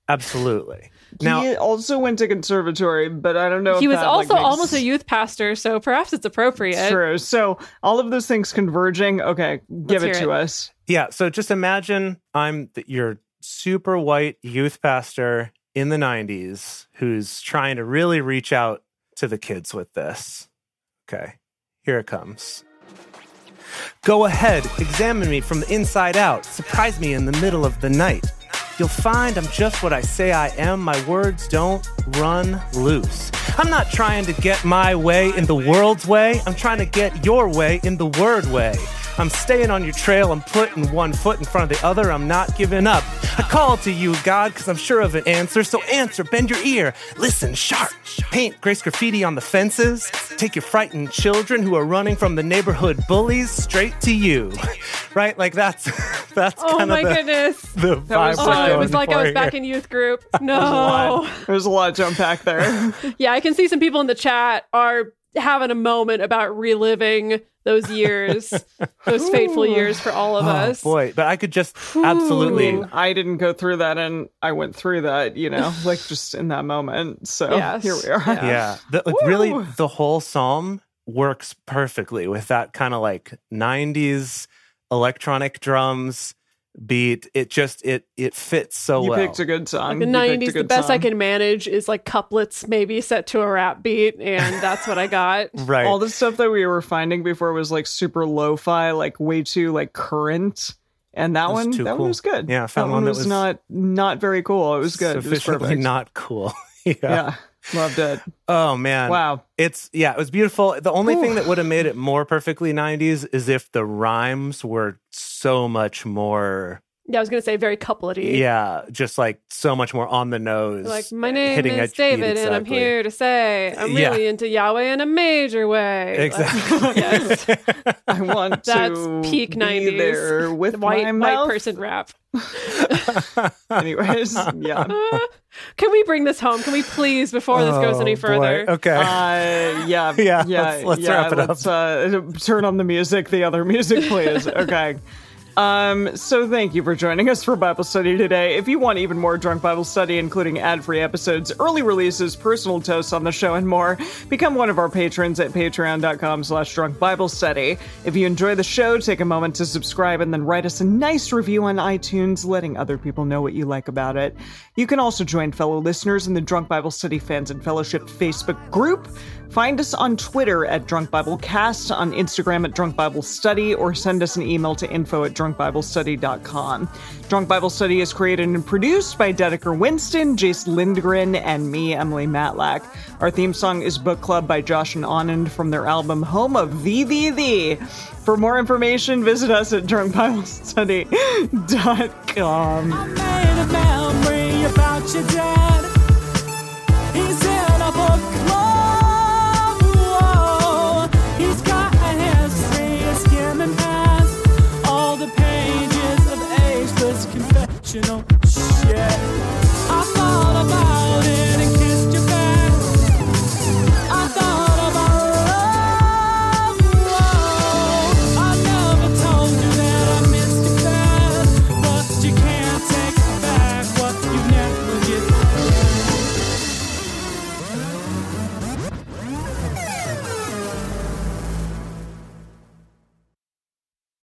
[SPEAKER 4] absolutely. Now
[SPEAKER 2] he also went to conservatory, but I don't know.
[SPEAKER 3] he
[SPEAKER 2] if
[SPEAKER 3] was
[SPEAKER 2] that, like,
[SPEAKER 3] also
[SPEAKER 2] makes
[SPEAKER 3] almost a youth pastor, so perhaps it's appropriate.
[SPEAKER 2] True. So all of those things converging. Okay, give it
[SPEAKER 3] Let's hear
[SPEAKER 2] to
[SPEAKER 3] it.
[SPEAKER 2] us.
[SPEAKER 4] Yeah. So just imagine I'm th- your super white youth pastor in the 90s who's trying to really reach out to the kids with this. Okay. Here it comes. Go ahead, examine me from the inside out, surprise me in the middle of the night. You'll find I'm just what I say I am. My words don't run loose. I'm not trying to get my way in the world's way. I'm trying to get your way in the word way. I'm staying on your trail. I'm putting one foot in front of the other. I'm not giving up. I call to you, God, because I'm sure of an answer. So answer, bend your ear, listen sharp. Paint grace graffiti on the fences. Take your frightened children who are running from the neighborhood bullies straight to you. Right? Like that's that's
[SPEAKER 3] Oh
[SPEAKER 4] kind
[SPEAKER 3] my
[SPEAKER 4] of the,
[SPEAKER 3] goodness.
[SPEAKER 4] the vibe.
[SPEAKER 2] was
[SPEAKER 4] we're
[SPEAKER 2] so-
[SPEAKER 3] Oh, it
[SPEAKER 4] going
[SPEAKER 3] was like I was
[SPEAKER 4] for
[SPEAKER 3] back
[SPEAKER 4] here.
[SPEAKER 3] in youth group.
[SPEAKER 2] There's a
[SPEAKER 3] No.
[SPEAKER 2] lot. There's a lot to unpack there.
[SPEAKER 3] yeah, I can see some people in the chat are having a moment about reliving those years, those fateful years for all of
[SPEAKER 4] Oh,
[SPEAKER 3] us.
[SPEAKER 4] boy, but I could just absolutely.
[SPEAKER 2] mean, I didn't go through that, and I went through that, you know, like just in that moment. So
[SPEAKER 3] Yes.
[SPEAKER 2] here we are.
[SPEAKER 3] Yeah.
[SPEAKER 4] Yeah, the, like really,
[SPEAKER 2] Woo.
[SPEAKER 4] the whole psalm works perfectly with that kind of like '90s electronic drums beat. It just it it fits so
[SPEAKER 2] you
[SPEAKER 4] Oh, well.
[SPEAKER 2] picked a good song.
[SPEAKER 3] The
[SPEAKER 2] You picked a
[SPEAKER 3] nineties, the
[SPEAKER 2] good
[SPEAKER 3] best I
[SPEAKER 2] song.
[SPEAKER 3] can manage is like couplets, maybe set to a rap beat, and that's what I got.
[SPEAKER 4] right.
[SPEAKER 2] All the stuff that we were finding before was like super lo-fi, like way too like current. And that
[SPEAKER 4] That's
[SPEAKER 2] one,
[SPEAKER 4] too
[SPEAKER 2] that
[SPEAKER 4] cool.
[SPEAKER 2] one was good.
[SPEAKER 4] Yeah, I found
[SPEAKER 2] that
[SPEAKER 4] one
[SPEAKER 2] one
[SPEAKER 4] that
[SPEAKER 2] was,
[SPEAKER 4] was
[SPEAKER 2] not not very cool. It was good. It was
[SPEAKER 4] Sufficiently
[SPEAKER 2] perfect.
[SPEAKER 4] not cool. yeah.
[SPEAKER 2] yeah, loved it.
[SPEAKER 4] Oh man.
[SPEAKER 2] Wow.
[SPEAKER 4] It's yeah, it was beautiful. The only thing that would have made it more perfectly 90s is if the rhymes were so much more
[SPEAKER 3] Yeah, I was gonna say very couplety.
[SPEAKER 4] yeah, just like so much more on the nose.
[SPEAKER 3] Like my name
[SPEAKER 4] hitting
[SPEAKER 3] is
[SPEAKER 4] a beat
[SPEAKER 3] David, and I'm
[SPEAKER 4] exactly.
[SPEAKER 3] here to say I'm
[SPEAKER 4] Yeah.
[SPEAKER 3] really into Yahweh in a major way. Like,
[SPEAKER 4] Exactly.
[SPEAKER 3] yes.
[SPEAKER 2] I want
[SPEAKER 3] That's
[SPEAKER 2] to
[SPEAKER 3] peak
[SPEAKER 2] be
[SPEAKER 3] 90s.
[SPEAKER 2] there with
[SPEAKER 3] white
[SPEAKER 2] my
[SPEAKER 3] white
[SPEAKER 2] mouth.
[SPEAKER 3] person rap.
[SPEAKER 2] Anyways, yeah.
[SPEAKER 3] Can we bring this home? Can we please before this goes
[SPEAKER 4] Oh,
[SPEAKER 3] any
[SPEAKER 4] boy.
[SPEAKER 3] further?
[SPEAKER 4] Okay.
[SPEAKER 2] Uh, yeah,
[SPEAKER 4] Yeah,
[SPEAKER 2] yeah,
[SPEAKER 4] let's- let's
[SPEAKER 2] yeah,
[SPEAKER 4] wrap it up.
[SPEAKER 2] let's, Uh, turn on the music, the other music, please. okay. Um, so thank you for joining us for Bible study today. If you want even more drunk Bible study, including ad-free episodes, early releases, personal toasts on the show, and more, become one of our patrons at patreon.com slash drunk Bible study. If you enjoy the show, take a moment to subscribe and then write us a nice review on iTunes, letting other people know what you like about it. You can also join fellow listeners in the Drunk Bible Study Fans and Fellowship Facebook group. Find us on Twitter at Drunk Bible Cast, on Instagram at Drunk Bible Study, or send us an email to info at drunkbiblestudy.com. Drunk Bible Study is created and produced by Dedeker Winston, Jace Lindgren, and me, Emily Matlack. Our theme song is Book Club by Josh and Anand from their album Home of The The The. For more information, visit us at drunkbiblestudy.com.
[SPEAKER 1] I made a memory about your dad. He's in a book club. Whoa. He's got a history of skimming past all the pages of ageless confessional shit. oh,